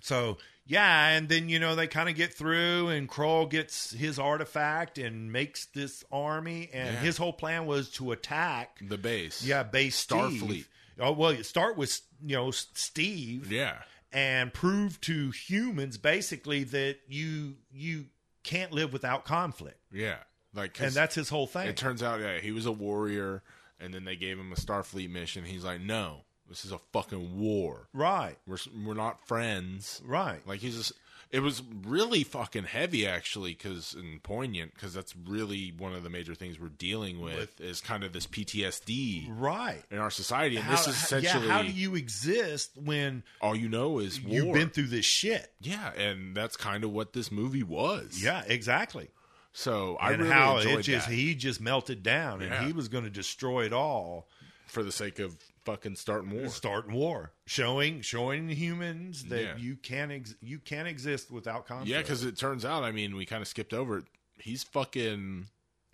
[SPEAKER 1] So yeah, and then you know they kind of get through, and Kroll gets his artifact and makes this army, and
[SPEAKER 2] Yeah.
[SPEAKER 1] his whole plan was to attack.
[SPEAKER 2] The base.
[SPEAKER 1] Yeah, base
[SPEAKER 2] Starfleet.
[SPEAKER 1] Steve. Oh well, you start with you know S- Steve
[SPEAKER 2] Yeah.
[SPEAKER 1] and prove to humans basically that you you can't live without conflict,
[SPEAKER 2] Yeah. Like 'cause
[SPEAKER 1] and that's his whole thing.
[SPEAKER 2] it turns out yeah, he was a warrior and then they gave him a Starfleet mission. He's like, "No, this is a fucking war.
[SPEAKER 1] right,
[SPEAKER 2] We're s- we're not friends."
[SPEAKER 1] right.
[SPEAKER 2] Like he's just it was really fucking heavy actually cuz and poignant cuz that's really one of the major things we're dealing with is kind of this PTSD
[SPEAKER 1] Right.
[SPEAKER 2] in our society and this
[SPEAKER 1] How-
[SPEAKER 2] is
[SPEAKER 1] how-
[SPEAKER 2] essentially
[SPEAKER 1] yeah, how do you exist when
[SPEAKER 2] all you know is war.
[SPEAKER 1] you've been through this shit?
[SPEAKER 2] yeah, and that's kind of what this movie was.
[SPEAKER 1] Yeah, exactly.
[SPEAKER 2] So I
[SPEAKER 1] and
[SPEAKER 2] really
[SPEAKER 1] how
[SPEAKER 2] enjoyed
[SPEAKER 1] it just
[SPEAKER 2] that
[SPEAKER 1] he just melted down
[SPEAKER 2] Yeah.
[SPEAKER 1] and he was going to destroy it all
[SPEAKER 2] for the sake of fucking starting war.
[SPEAKER 1] starting war showing showing humans that
[SPEAKER 2] Yeah.
[SPEAKER 1] you can ex- you can exist without conflict
[SPEAKER 2] Yeah, because it turns out, I mean, we kind of skipped over it. He's fucking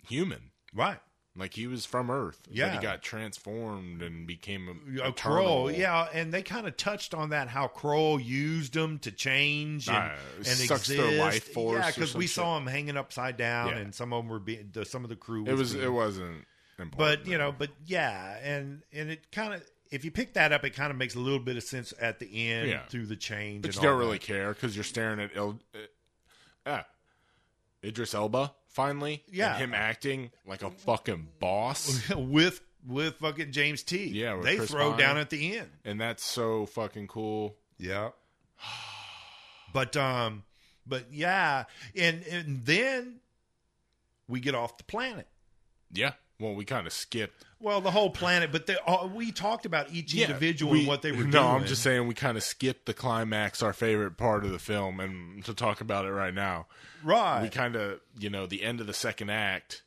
[SPEAKER 2] human.
[SPEAKER 1] right
[SPEAKER 2] Like he was from Earth. but
[SPEAKER 1] Yeah.
[SPEAKER 2] he got transformed and became a,
[SPEAKER 1] Uh,
[SPEAKER 2] a
[SPEAKER 1] Kroll,
[SPEAKER 2] terminal.
[SPEAKER 1] yeah, and they kind of touched on that how Kroll used them to change and,
[SPEAKER 2] Uh,
[SPEAKER 1] and
[SPEAKER 2] sucks
[SPEAKER 1] exist.
[SPEAKER 2] their life force
[SPEAKER 1] yeah,
[SPEAKER 2] or
[SPEAKER 1] because
[SPEAKER 2] some
[SPEAKER 1] we
[SPEAKER 2] shit.
[SPEAKER 1] saw them hanging upside down,
[SPEAKER 2] Yeah.
[SPEAKER 1] and some of them were being the, some of the crew. Was
[SPEAKER 2] It was.
[SPEAKER 1] being-
[SPEAKER 2] It wasn't important.
[SPEAKER 1] but you know, but yeah, and and it kind of if you pick that up, it kind of makes a little bit of sense at the end
[SPEAKER 2] Yeah.
[SPEAKER 1] through the change.
[SPEAKER 2] but
[SPEAKER 1] and
[SPEAKER 2] you don't
[SPEAKER 1] all
[SPEAKER 2] really
[SPEAKER 1] that.
[SPEAKER 2] care because you're staring at El. Uh, ah, Idris Elba finally. and
[SPEAKER 1] Yeah.
[SPEAKER 2] him acting like a fucking boss.
[SPEAKER 1] *laughs* with with fucking James T.
[SPEAKER 2] Yeah, with
[SPEAKER 1] they
[SPEAKER 2] Chris
[SPEAKER 1] throw
[SPEAKER 2] Pine.
[SPEAKER 1] down at the end.
[SPEAKER 2] and that's so fucking cool.
[SPEAKER 1] Yeah. But um, but yeah, and and then we get off the planet.
[SPEAKER 2] Yeah. Well, we kind of skipped
[SPEAKER 1] Well, the whole planet, but they, uh, we talked about each individual
[SPEAKER 2] we-
[SPEAKER 1] and what they were
[SPEAKER 2] no,
[SPEAKER 1] doing.
[SPEAKER 2] I'm just saying we kind of skipped the climax, our favorite part of the film, and to talk about it right now,
[SPEAKER 1] right.
[SPEAKER 2] we kind of, you know, the end of the second act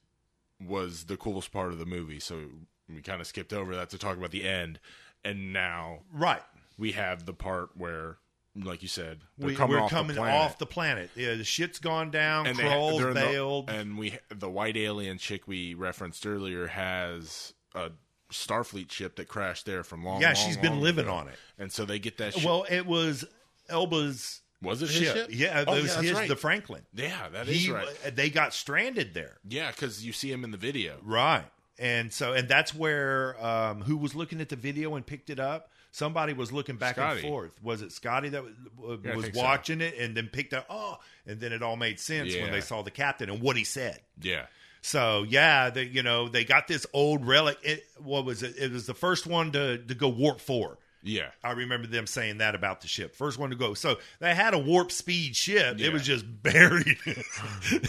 [SPEAKER 2] was the coolest part of the movie, so we kind of skipped over that to talk about the end, and now
[SPEAKER 1] right.
[SPEAKER 2] we have the part where, like you said, they're
[SPEAKER 1] We,
[SPEAKER 2] coming
[SPEAKER 1] are
[SPEAKER 2] off
[SPEAKER 1] coming
[SPEAKER 2] the planet,
[SPEAKER 1] off the planet. Yeah, the shit's gone down.
[SPEAKER 2] and they-
[SPEAKER 1] Kroll's
[SPEAKER 2] they're in the-
[SPEAKER 1] bailed.
[SPEAKER 2] and we the white alien chick we referenced earlier has a Starfleet ship that crashed there from long.
[SPEAKER 1] yeah,
[SPEAKER 2] long,
[SPEAKER 1] she's been
[SPEAKER 2] long
[SPEAKER 1] living
[SPEAKER 2] ago.
[SPEAKER 1] on it.
[SPEAKER 2] and so they get that. Ship.
[SPEAKER 1] Well, it was Elba's
[SPEAKER 2] Was it his
[SPEAKER 1] ship.
[SPEAKER 2] ship?
[SPEAKER 1] Yeah, it
[SPEAKER 2] Oh,
[SPEAKER 1] was
[SPEAKER 2] that's
[SPEAKER 1] his,
[SPEAKER 2] right.
[SPEAKER 1] the Franklin.
[SPEAKER 2] yeah, that is
[SPEAKER 1] He,
[SPEAKER 2] right.
[SPEAKER 1] They got stranded there.
[SPEAKER 2] Yeah, because you see him in the video.
[SPEAKER 1] Right. And so, and that's where um, who was looking at the video and picked it up. Somebody was looking back
[SPEAKER 2] Scotty.
[SPEAKER 1] and forth. Was it Scotty that was, uh,
[SPEAKER 2] Yeah, I
[SPEAKER 1] was
[SPEAKER 2] think so.
[SPEAKER 1] watching it and then picked up? Oh, and then it all made sense when
[SPEAKER 2] Yeah.
[SPEAKER 1] they saw the captain and what he said.
[SPEAKER 2] Yeah,
[SPEAKER 1] So yeah, they, you know they got this old relic. It, what was it? It was the first one to to go warp four.
[SPEAKER 2] yeah,
[SPEAKER 1] I remember them saying that about the ship. First one to go. So they had a warp speed ship.
[SPEAKER 2] Yeah.
[SPEAKER 1] *laughs* It was just buried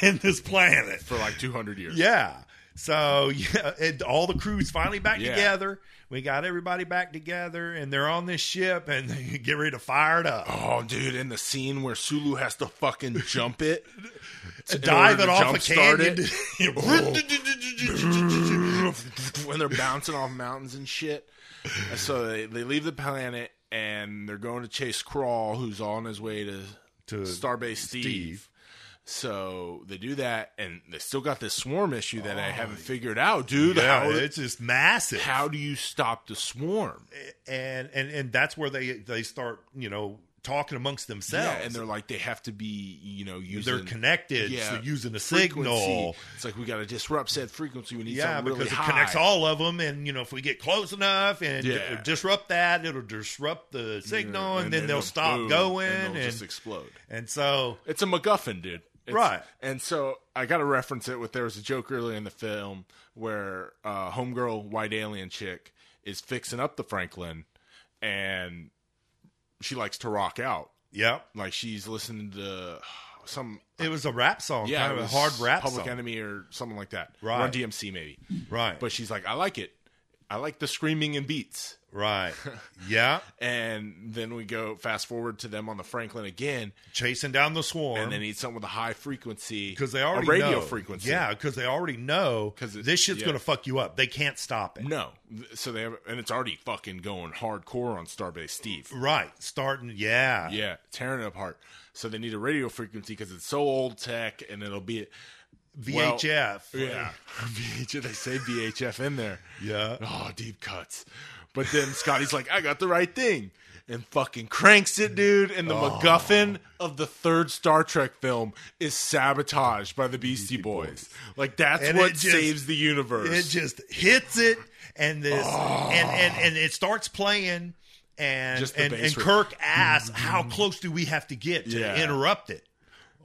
[SPEAKER 1] in this planet. *laughs*
[SPEAKER 2] for like two hundred years.
[SPEAKER 1] Yeah. So *laughs* yeah, it, all the crew's finally back
[SPEAKER 2] Yeah.
[SPEAKER 1] together. We got everybody back together, and they're on this ship, and they *laughs* get ready to fire it up,
[SPEAKER 2] Oh, dude, in the scene where Sulu has to fucking jump
[SPEAKER 1] *laughs*
[SPEAKER 2] it, to- in
[SPEAKER 1] dive
[SPEAKER 2] order
[SPEAKER 1] it
[SPEAKER 2] to
[SPEAKER 1] off a
[SPEAKER 2] jumpstart
[SPEAKER 1] canyon.
[SPEAKER 2] it.
[SPEAKER 1] *laughs*
[SPEAKER 2] Oh. when they're bouncing off mountains and shit. And so they, they leave the planet and they're going to chase Crawl, who's on his way to,
[SPEAKER 1] To
[SPEAKER 2] Starbase Steve.
[SPEAKER 1] Steve.
[SPEAKER 2] So they do that, and they still got this swarm issue that I haven't figured out, dude.
[SPEAKER 1] Oh, yeah,
[SPEAKER 2] how,
[SPEAKER 1] it's just massive.
[SPEAKER 2] how do you stop the swarm?
[SPEAKER 1] and and and that's where they they start you know talking amongst themselves
[SPEAKER 2] Yeah, and they're like they have to be, you know, using
[SPEAKER 1] they're connected
[SPEAKER 2] yeah,
[SPEAKER 1] so using a
[SPEAKER 2] frequency.
[SPEAKER 1] signal
[SPEAKER 2] It's like we got to disrupt said frequency. We need
[SPEAKER 1] yeah
[SPEAKER 2] something really
[SPEAKER 1] because it
[SPEAKER 2] high.
[SPEAKER 1] connects all of them and you know if we get close enough and
[SPEAKER 2] Yeah.
[SPEAKER 1] it'll disrupt that it'll disrupt the signal and, then, they'll stop
[SPEAKER 2] boom,
[SPEAKER 1] going
[SPEAKER 2] and
[SPEAKER 1] and
[SPEAKER 2] they'll
[SPEAKER 1] and,
[SPEAKER 2] just explode.
[SPEAKER 1] so
[SPEAKER 2] It's a MacGuffin, dude. It's-
[SPEAKER 1] Right.
[SPEAKER 2] And so I got to reference it with there was a joke earlier in the film where uh, homegirl white alien chick is fixing up the Franklin, and she likes to rock out.
[SPEAKER 1] yeah
[SPEAKER 2] Like she's listening to some
[SPEAKER 1] it was a rap song
[SPEAKER 2] yeah
[SPEAKER 1] kind
[SPEAKER 2] it
[SPEAKER 1] of a
[SPEAKER 2] was
[SPEAKER 1] hard rap
[SPEAKER 2] Public
[SPEAKER 1] song
[SPEAKER 2] Enemy or something like that.
[SPEAKER 1] Right.
[SPEAKER 2] Run DMC maybe.
[SPEAKER 1] right
[SPEAKER 2] But she's like, I like it. I like the screaming and beats. *laughs*
[SPEAKER 1] right yeah
[SPEAKER 2] And then we go fast forward to them on the Franklin again,
[SPEAKER 1] chasing down the swarm
[SPEAKER 2] and they need something with a high frequency
[SPEAKER 1] because they already
[SPEAKER 2] a radio
[SPEAKER 1] know.
[SPEAKER 2] frequency.
[SPEAKER 1] yeah because they already know
[SPEAKER 2] 'Cause it-
[SPEAKER 1] this shit's
[SPEAKER 2] yeah.
[SPEAKER 1] gonna fuck you up they can't stop it
[SPEAKER 2] No. Th- So they have, and it's already fucking going hardcore on Starbase Steve.
[SPEAKER 1] Right. Starting, yeah.
[SPEAKER 2] Yeah, tearing it apart. So they need a radio frequency because it's so old tech, and it'll be Well,
[SPEAKER 1] VHF.
[SPEAKER 2] *laughs* yeah. VHF, they say VHF in there.
[SPEAKER 1] Yeah.
[SPEAKER 2] Oh, deep cuts. But then Scotty's like, I got the right thing. And fucking cranks it, dude. And the
[SPEAKER 1] Oh.
[SPEAKER 2] MacGuffin of the third Star Trek film is sabotaged by the Beastie, Boys. Like, that's
[SPEAKER 1] And
[SPEAKER 2] what
[SPEAKER 1] it just-
[SPEAKER 2] saves the universe.
[SPEAKER 1] It just hits it and this and, and and it starts playing and
[SPEAKER 2] Ah. Just the
[SPEAKER 1] and,
[SPEAKER 2] bass
[SPEAKER 1] and
[SPEAKER 2] riff.
[SPEAKER 1] Kirk asks how close do we have to get to
[SPEAKER 2] Yeah.
[SPEAKER 1] interrupt it?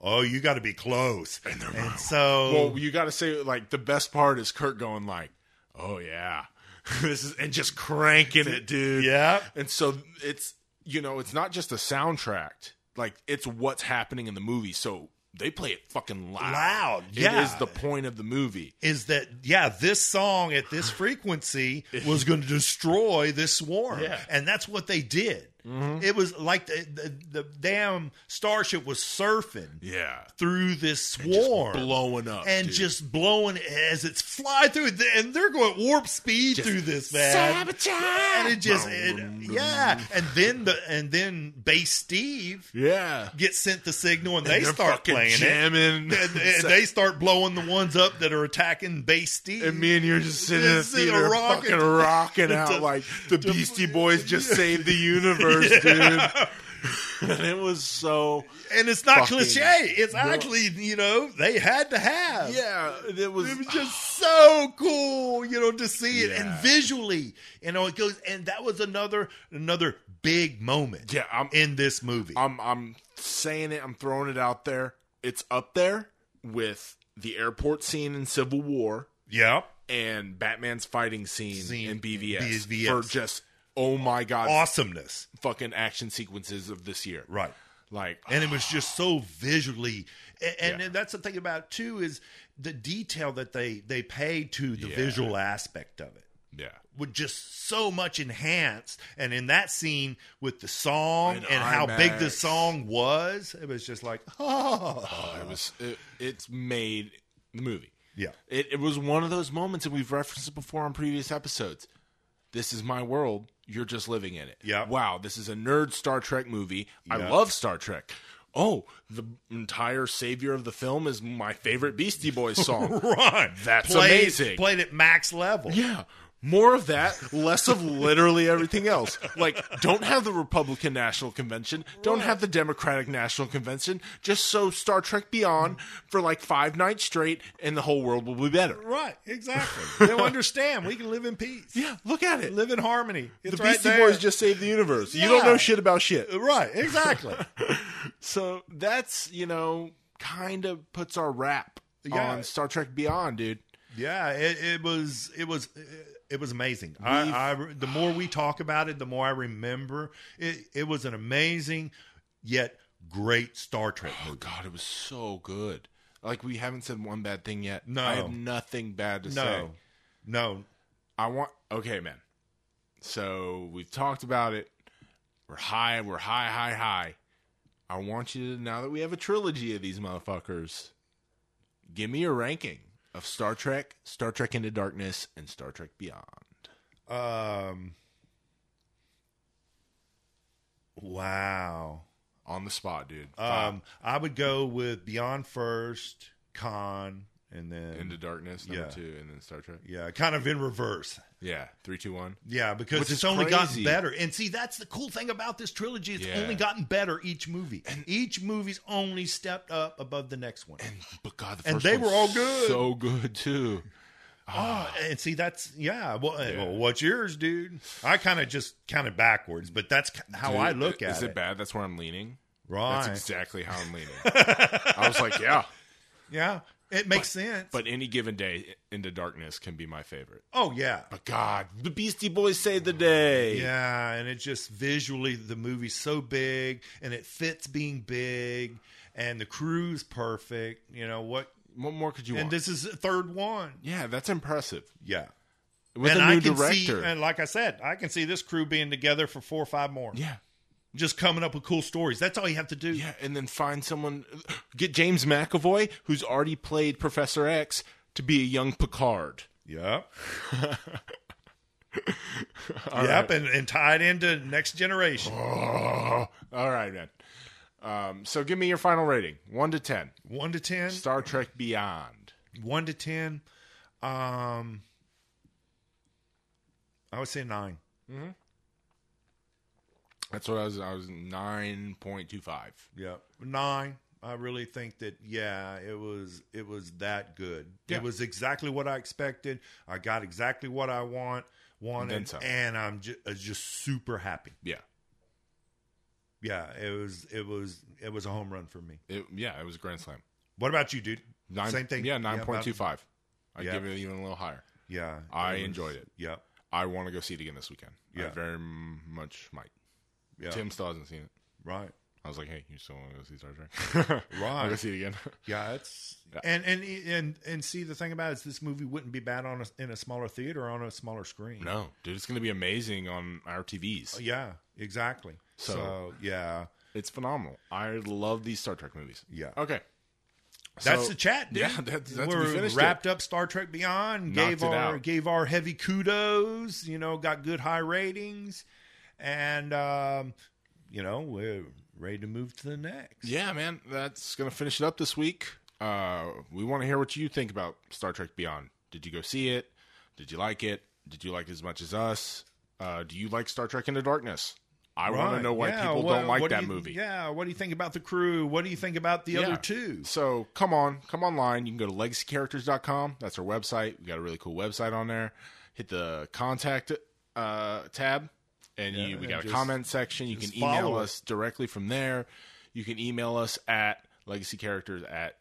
[SPEAKER 1] Oh, you got to be close. And, so
[SPEAKER 2] Well, you got to say like the best part is Kurt going like, "Oh yeah, *laughs* this is," and just cranking it, dude.
[SPEAKER 1] yeah.
[SPEAKER 2] And so it's you know it's not just a soundtrack, like it's what's happening in the movie. So they play it fucking loud.
[SPEAKER 1] Loud,
[SPEAKER 2] It
[SPEAKER 1] yeah.
[SPEAKER 2] is the point of the movie.
[SPEAKER 1] Is that yeah? This song at this frequency was going to destroy this swarm,
[SPEAKER 2] Yeah. Mm-hmm.
[SPEAKER 1] and that's what they did. It was like the, the the damn starship was surfing,
[SPEAKER 2] Yeah,
[SPEAKER 1] through this
[SPEAKER 2] just
[SPEAKER 1] swarm
[SPEAKER 2] blowing up
[SPEAKER 1] and
[SPEAKER 2] Oh, dude.
[SPEAKER 1] just blowing as it's fly through it. and they're going warp speed through this man and it just it- yeah and then the and then bass steve
[SPEAKER 2] yeah.
[SPEAKER 1] gets sent the signal and, they
[SPEAKER 2] They're
[SPEAKER 1] start
[SPEAKER 2] fucking
[SPEAKER 1] playing it
[SPEAKER 2] jamming. *laughs*
[SPEAKER 1] and, and they start blowing the ones up that are attacking bass steve
[SPEAKER 2] And me and you're just sitting
[SPEAKER 1] Just
[SPEAKER 2] in the
[SPEAKER 1] sitting
[SPEAKER 2] theater,
[SPEAKER 1] rocking.
[SPEAKER 2] fucking rocking out
[SPEAKER 1] *laughs* To-
[SPEAKER 2] like the
[SPEAKER 1] to-
[SPEAKER 2] Beastie Boys
[SPEAKER 1] *laughs*
[SPEAKER 2] just saved the universe,
[SPEAKER 1] *laughs*
[SPEAKER 2] dude. and it was so
[SPEAKER 1] and it's not
[SPEAKER 2] fucking-
[SPEAKER 1] cliche it's actually you know they had to have
[SPEAKER 2] yeah, it was.
[SPEAKER 1] It was just
[SPEAKER 2] *sighs*
[SPEAKER 1] so cool, you know, to see it and
[SPEAKER 2] Yeah.
[SPEAKER 1] visually, you know, it goes, and that was another another big moment
[SPEAKER 2] yeah, I'm,
[SPEAKER 1] in this movie.
[SPEAKER 2] I'm, I'm saying it. I'm throwing it out there. It's up there with the airport scene in Civil War
[SPEAKER 1] yeah,
[SPEAKER 2] and Batman's fighting scene,
[SPEAKER 1] Scene
[SPEAKER 2] in BVS,
[SPEAKER 1] BVS.
[SPEAKER 2] for just oh my god,
[SPEAKER 1] awesomeness,
[SPEAKER 2] fucking action sequences of this year.
[SPEAKER 1] right?
[SPEAKER 2] Like,
[SPEAKER 1] And it was just so visually, and, and
[SPEAKER 2] Yeah.
[SPEAKER 1] that's the thing about it too is the detail that they they paid to the
[SPEAKER 2] Yeah.
[SPEAKER 1] visual aspect of it.
[SPEAKER 2] yeah,
[SPEAKER 1] was just so much enhanced. And in that scene with the song
[SPEAKER 2] And
[SPEAKER 1] and, how big the
[SPEAKER 2] IMAX.
[SPEAKER 1] song was, it was just like, oh,
[SPEAKER 2] it was. It, it's made the movie.
[SPEAKER 1] yeah,
[SPEAKER 2] It, it was one of those moments, and we've referenced it before on previous episodes. This is my world. You're just living in it.
[SPEAKER 1] Yeah.
[SPEAKER 2] Wow, this is a nerd Star Trek movie. I
[SPEAKER 1] Yeah.
[SPEAKER 2] love Star Trek. Oh, the entire savior of the film is my favorite Beastie Boys song.
[SPEAKER 1] right.
[SPEAKER 2] That's
[SPEAKER 1] played,
[SPEAKER 2] amazing.
[SPEAKER 1] Played at max level.
[SPEAKER 2] yeah. More of that, less of literally everything else. Like, don't have the Republican National Convention, don't have the Democratic National Convention, just so Star Trek Beyond for like five nights straight, and the whole world will be better.
[SPEAKER 1] Right,
[SPEAKER 2] *laughs*
[SPEAKER 1] exactly. They'll understand. We can live in peace.
[SPEAKER 2] Yeah, look at it.
[SPEAKER 1] Live in harmony. It's
[SPEAKER 2] the
[SPEAKER 1] right
[SPEAKER 2] Beastie
[SPEAKER 1] there.
[SPEAKER 2] Boys just saved the universe. You don't
[SPEAKER 1] Yeah.
[SPEAKER 2] know shit about shit.
[SPEAKER 1] Uh, Right, exactly.
[SPEAKER 2] So that's, you know, kind of puts our wrap
[SPEAKER 1] Yeah.
[SPEAKER 2] on Star Trek Beyond, dude.
[SPEAKER 1] yeah, it, it was it was uh, it was amazing. I, I the more we talk about it, the more I remember. It it was
[SPEAKER 2] Oh,
[SPEAKER 1] an amazing yet great Star Trek movie.
[SPEAKER 2] God, it was so good. Like we haven't said one bad thing yet.
[SPEAKER 1] No.
[SPEAKER 2] I have nothing bad to say.
[SPEAKER 1] No, no,
[SPEAKER 2] I want okay, man. So we've talked about it. We're high, we're high, high, high. I want you to now that we have a trilogy of these motherfuckers, give me a ranking of Star Trek, Star Trek Into Darkness, and Star Trek Beyond.
[SPEAKER 1] Um. Wow.
[SPEAKER 2] On the spot, dude.
[SPEAKER 1] Um, I would go with Beyond First, Con, and then
[SPEAKER 2] Into Darkness, number
[SPEAKER 1] yeah.
[SPEAKER 2] two, and then Star Trek.
[SPEAKER 1] yeah, kind of in reverse.
[SPEAKER 2] Yeah, three, two, one.
[SPEAKER 1] Yeah, because
[SPEAKER 2] Which
[SPEAKER 1] it's
[SPEAKER 2] is
[SPEAKER 1] only
[SPEAKER 2] crazy.
[SPEAKER 1] gotten better. And see, that's the cool thing about this trilogy. It's
[SPEAKER 2] Yeah.
[SPEAKER 1] only gotten better each movie. And each movie's only stepped up above the next one. And,
[SPEAKER 2] But God, the
[SPEAKER 1] And
[SPEAKER 2] first
[SPEAKER 1] they
[SPEAKER 2] one's
[SPEAKER 1] were all good.
[SPEAKER 2] so good too.
[SPEAKER 1] Ah, and see, that's yeah. Well, eh,
[SPEAKER 2] ah. Yeah.
[SPEAKER 1] well, what's yours, dude? I kind of just counted backwards, but that's ki- how I
[SPEAKER 2] Dude,
[SPEAKER 1] look
[SPEAKER 2] i-
[SPEAKER 1] at
[SPEAKER 2] Is
[SPEAKER 1] it.
[SPEAKER 2] it bad? That's where I'm leaning.
[SPEAKER 1] Right?
[SPEAKER 2] That's exactly how I'm
[SPEAKER 1] *laughs*
[SPEAKER 2] leaning. I was like, yeah.
[SPEAKER 1] yeah, it makes sense.
[SPEAKER 2] But any given day, Into Darkness can be my favorite.
[SPEAKER 1] oh yeah,
[SPEAKER 2] But God, the Beastie Boys saved the day.
[SPEAKER 1] Yeah, and it just visually the movie's so big and it fits being big and the crew's perfect. You know what?
[SPEAKER 2] What more could you
[SPEAKER 1] And
[SPEAKER 2] want?
[SPEAKER 1] this is the third one.
[SPEAKER 2] yeah, that's impressive.
[SPEAKER 1] Yeah.
[SPEAKER 2] With
[SPEAKER 1] and
[SPEAKER 2] a new
[SPEAKER 1] I can
[SPEAKER 2] director.
[SPEAKER 1] see and like I said, I can see this crew being together for four or five more.
[SPEAKER 2] yeah,
[SPEAKER 1] Just coming up with cool stories. That's all you have to do.
[SPEAKER 2] yeah, and then find someone, *gasps* get James McAvoy, who's already played Professor X, to be a young Picard. *laughs*
[SPEAKER 1] Yep.
[SPEAKER 2] All
[SPEAKER 1] yep, and, and tied into next generation.
[SPEAKER 2] Oh, all right, man. Um, so give me your final rating, one to ten.
[SPEAKER 1] One to ten.
[SPEAKER 2] Star Trek Beyond.
[SPEAKER 1] One to ten. Um I would say nine.
[SPEAKER 2] That's what I was. I was nine point two five.
[SPEAKER 1] Yeah, nine. I really think that yeah, it was it was that good.
[SPEAKER 2] Yeah.
[SPEAKER 1] It was exactly what I expected. I got exactly what I want
[SPEAKER 2] then
[SPEAKER 1] wanted,
[SPEAKER 2] some.
[SPEAKER 1] and I'm just, just super happy.
[SPEAKER 2] Yeah,
[SPEAKER 1] Yeah, it was it was it was a home run for me.
[SPEAKER 2] it, yeah, it was a grand slam.
[SPEAKER 1] What about you, dude?
[SPEAKER 2] Nine,
[SPEAKER 1] Same thing.
[SPEAKER 2] Yeah, nine point
[SPEAKER 1] about-
[SPEAKER 2] two five. I
[SPEAKER 1] Yeah.
[SPEAKER 2] give it even a little higher.
[SPEAKER 1] Yeah,
[SPEAKER 2] I
[SPEAKER 1] was-
[SPEAKER 2] enjoyed it.
[SPEAKER 1] Yep.
[SPEAKER 2] I want to go see it again this weekend. I
[SPEAKER 1] Yeah.
[SPEAKER 2] very m- much might.
[SPEAKER 1] Yeah.
[SPEAKER 2] Tim still hasn't seen it.
[SPEAKER 1] Right.
[SPEAKER 2] I was like, hey, you still want to go see Star Trek? *laughs* I'll go
[SPEAKER 1] Right.
[SPEAKER 2] see it again.
[SPEAKER 1] Yeah, it's
[SPEAKER 2] Yeah.
[SPEAKER 1] and and and and see the thing about it is this movie wouldn't be bad on a, in a smaller theater or on a smaller screen.
[SPEAKER 2] no, dude, it's going to be amazing on our TVs.
[SPEAKER 1] Oh, Yeah, exactly.
[SPEAKER 2] So-
[SPEAKER 1] so yeah,
[SPEAKER 2] It's phenomenal. I love these Star Trek movies.
[SPEAKER 1] yeah.
[SPEAKER 2] Okay.
[SPEAKER 1] That's
[SPEAKER 2] So-
[SPEAKER 1] the chat, dude.
[SPEAKER 2] Yeah, that's- that's- we
[SPEAKER 1] We're
[SPEAKER 2] finished
[SPEAKER 1] wrapped up Star Trek Beyond.
[SPEAKER 2] Knocked
[SPEAKER 1] gave
[SPEAKER 2] it
[SPEAKER 1] our
[SPEAKER 2] out.
[SPEAKER 1] gave our heavy kudos. You know, got good high ratings, and um, you know we're ready to move to the next.
[SPEAKER 2] Yeah, man, that's gonna finish it up this week. Uh, we want to hear what you think about Star Trek Beyond. Did you go see it? Did you like it? Did you like it as much as us? Uh, do you like Star Trek Into Darkness? I want to
[SPEAKER 1] Right.
[SPEAKER 2] know why
[SPEAKER 1] Yeah,
[SPEAKER 2] people
[SPEAKER 1] what-
[SPEAKER 2] don't like
[SPEAKER 1] what do
[SPEAKER 2] that
[SPEAKER 1] you-
[SPEAKER 2] movie.
[SPEAKER 1] Yeah. What do you think about the crew? What do you think about the
[SPEAKER 2] Yeah.
[SPEAKER 1] other two?
[SPEAKER 2] So come on, come online. You can go to legacycharacters.com. That's our website. We got a really cool website on there. Hit the contact uh, tab, and
[SPEAKER 1] Yeah,
[SPEAKER 2] you, we
[SPEAKER 1] and
[SPEAKER 2] got a
[SPEAKER 1] just-
[SPEAKER 2] comment section. You can
[SPEAKER 1] just
[SPEAKER 2] email
[SPEAKER 1] follow it.
[SPEAKER 2] us directly from there. You can email us at legacycharacters at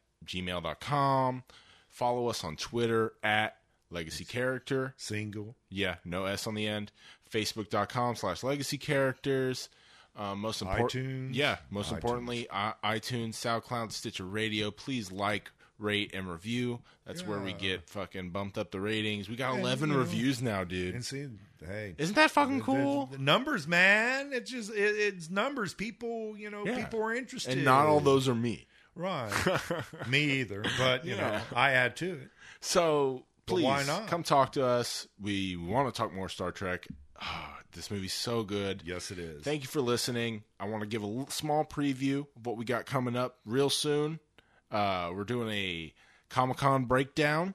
[SPEAKER 2] gmail.com. Follow us on Twitter at legacycharacter.
[SPEAKER 1] Single.
[SPEAKER 2] Yeah, no S on the end. Facebook.com slash legacy characters. Um, most important,
[SPEAKER 1] iTunes.
[SPEAKER 2] yeah. Most importantly, I- iTunes, SoundCloud, Stitcher Radio. Please like, rate, and review. That's where we
[SPEAKER 1] Yeah.
[SPEAKER 2] get fucking bumped up the ratings. We got
[SPEAKER 1] And,
[SPEAKER 2] eleven
[SPEAKER 1] you know,
[SPEAKER 2] reviews now, dude.
[SPEAKER 1] And see, hey.
[SPEAKER 2] Isn't that fucking
[SPEAKER 1] the-
[SPEAKER 2] cool?
[SPEAKER 1] The, numbers, man. It's just it, it's numbers. People, you know,
[SPEAKER 2] Yeah.
[SPEAKER 1] people are interested.
[SPEAKER 2] and not all those are
[SPEAKER 1] *laughs*
[SPEAKER 2] me.
[SPEAKER 1] Right. Me either. But you
[SPEAKER 2] Yeah.
[SPEAKER 1] know, I add to it.
[SPEAKER 2] So
[SPEAKER 1] But
[SPEAKER 2] please,
[SPEAKER 1] why not?
[SPEAKER 2] come talk to us. We want to talk more Star Trek. Ah, this movie's so good.
[SPEAKER 1] Yes, it is.
[SPEAKER 2] Thank you for listening. I want to give a l- small preview of what we got coming up real soon. Uh, we're doing a Comic Con breakdown,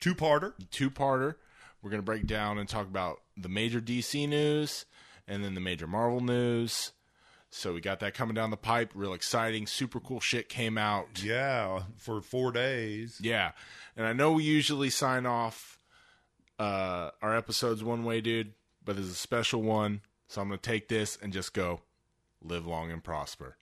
[SPEAKER 1] Two parter.
[SPEAKER 2] two parter. We're going to break down and talk about the major DC news and then the major Marvel news. So we got that coming down the pipe. Real exciting. Super cool shit came out.
[SPEAKER 1] Yeah, for four days.
[SPEAKER 2] Yeah. And I know we usually sign off uh, our episodes one way, dude, but there's a special one. So I'm going to take this and just go live long and prosper.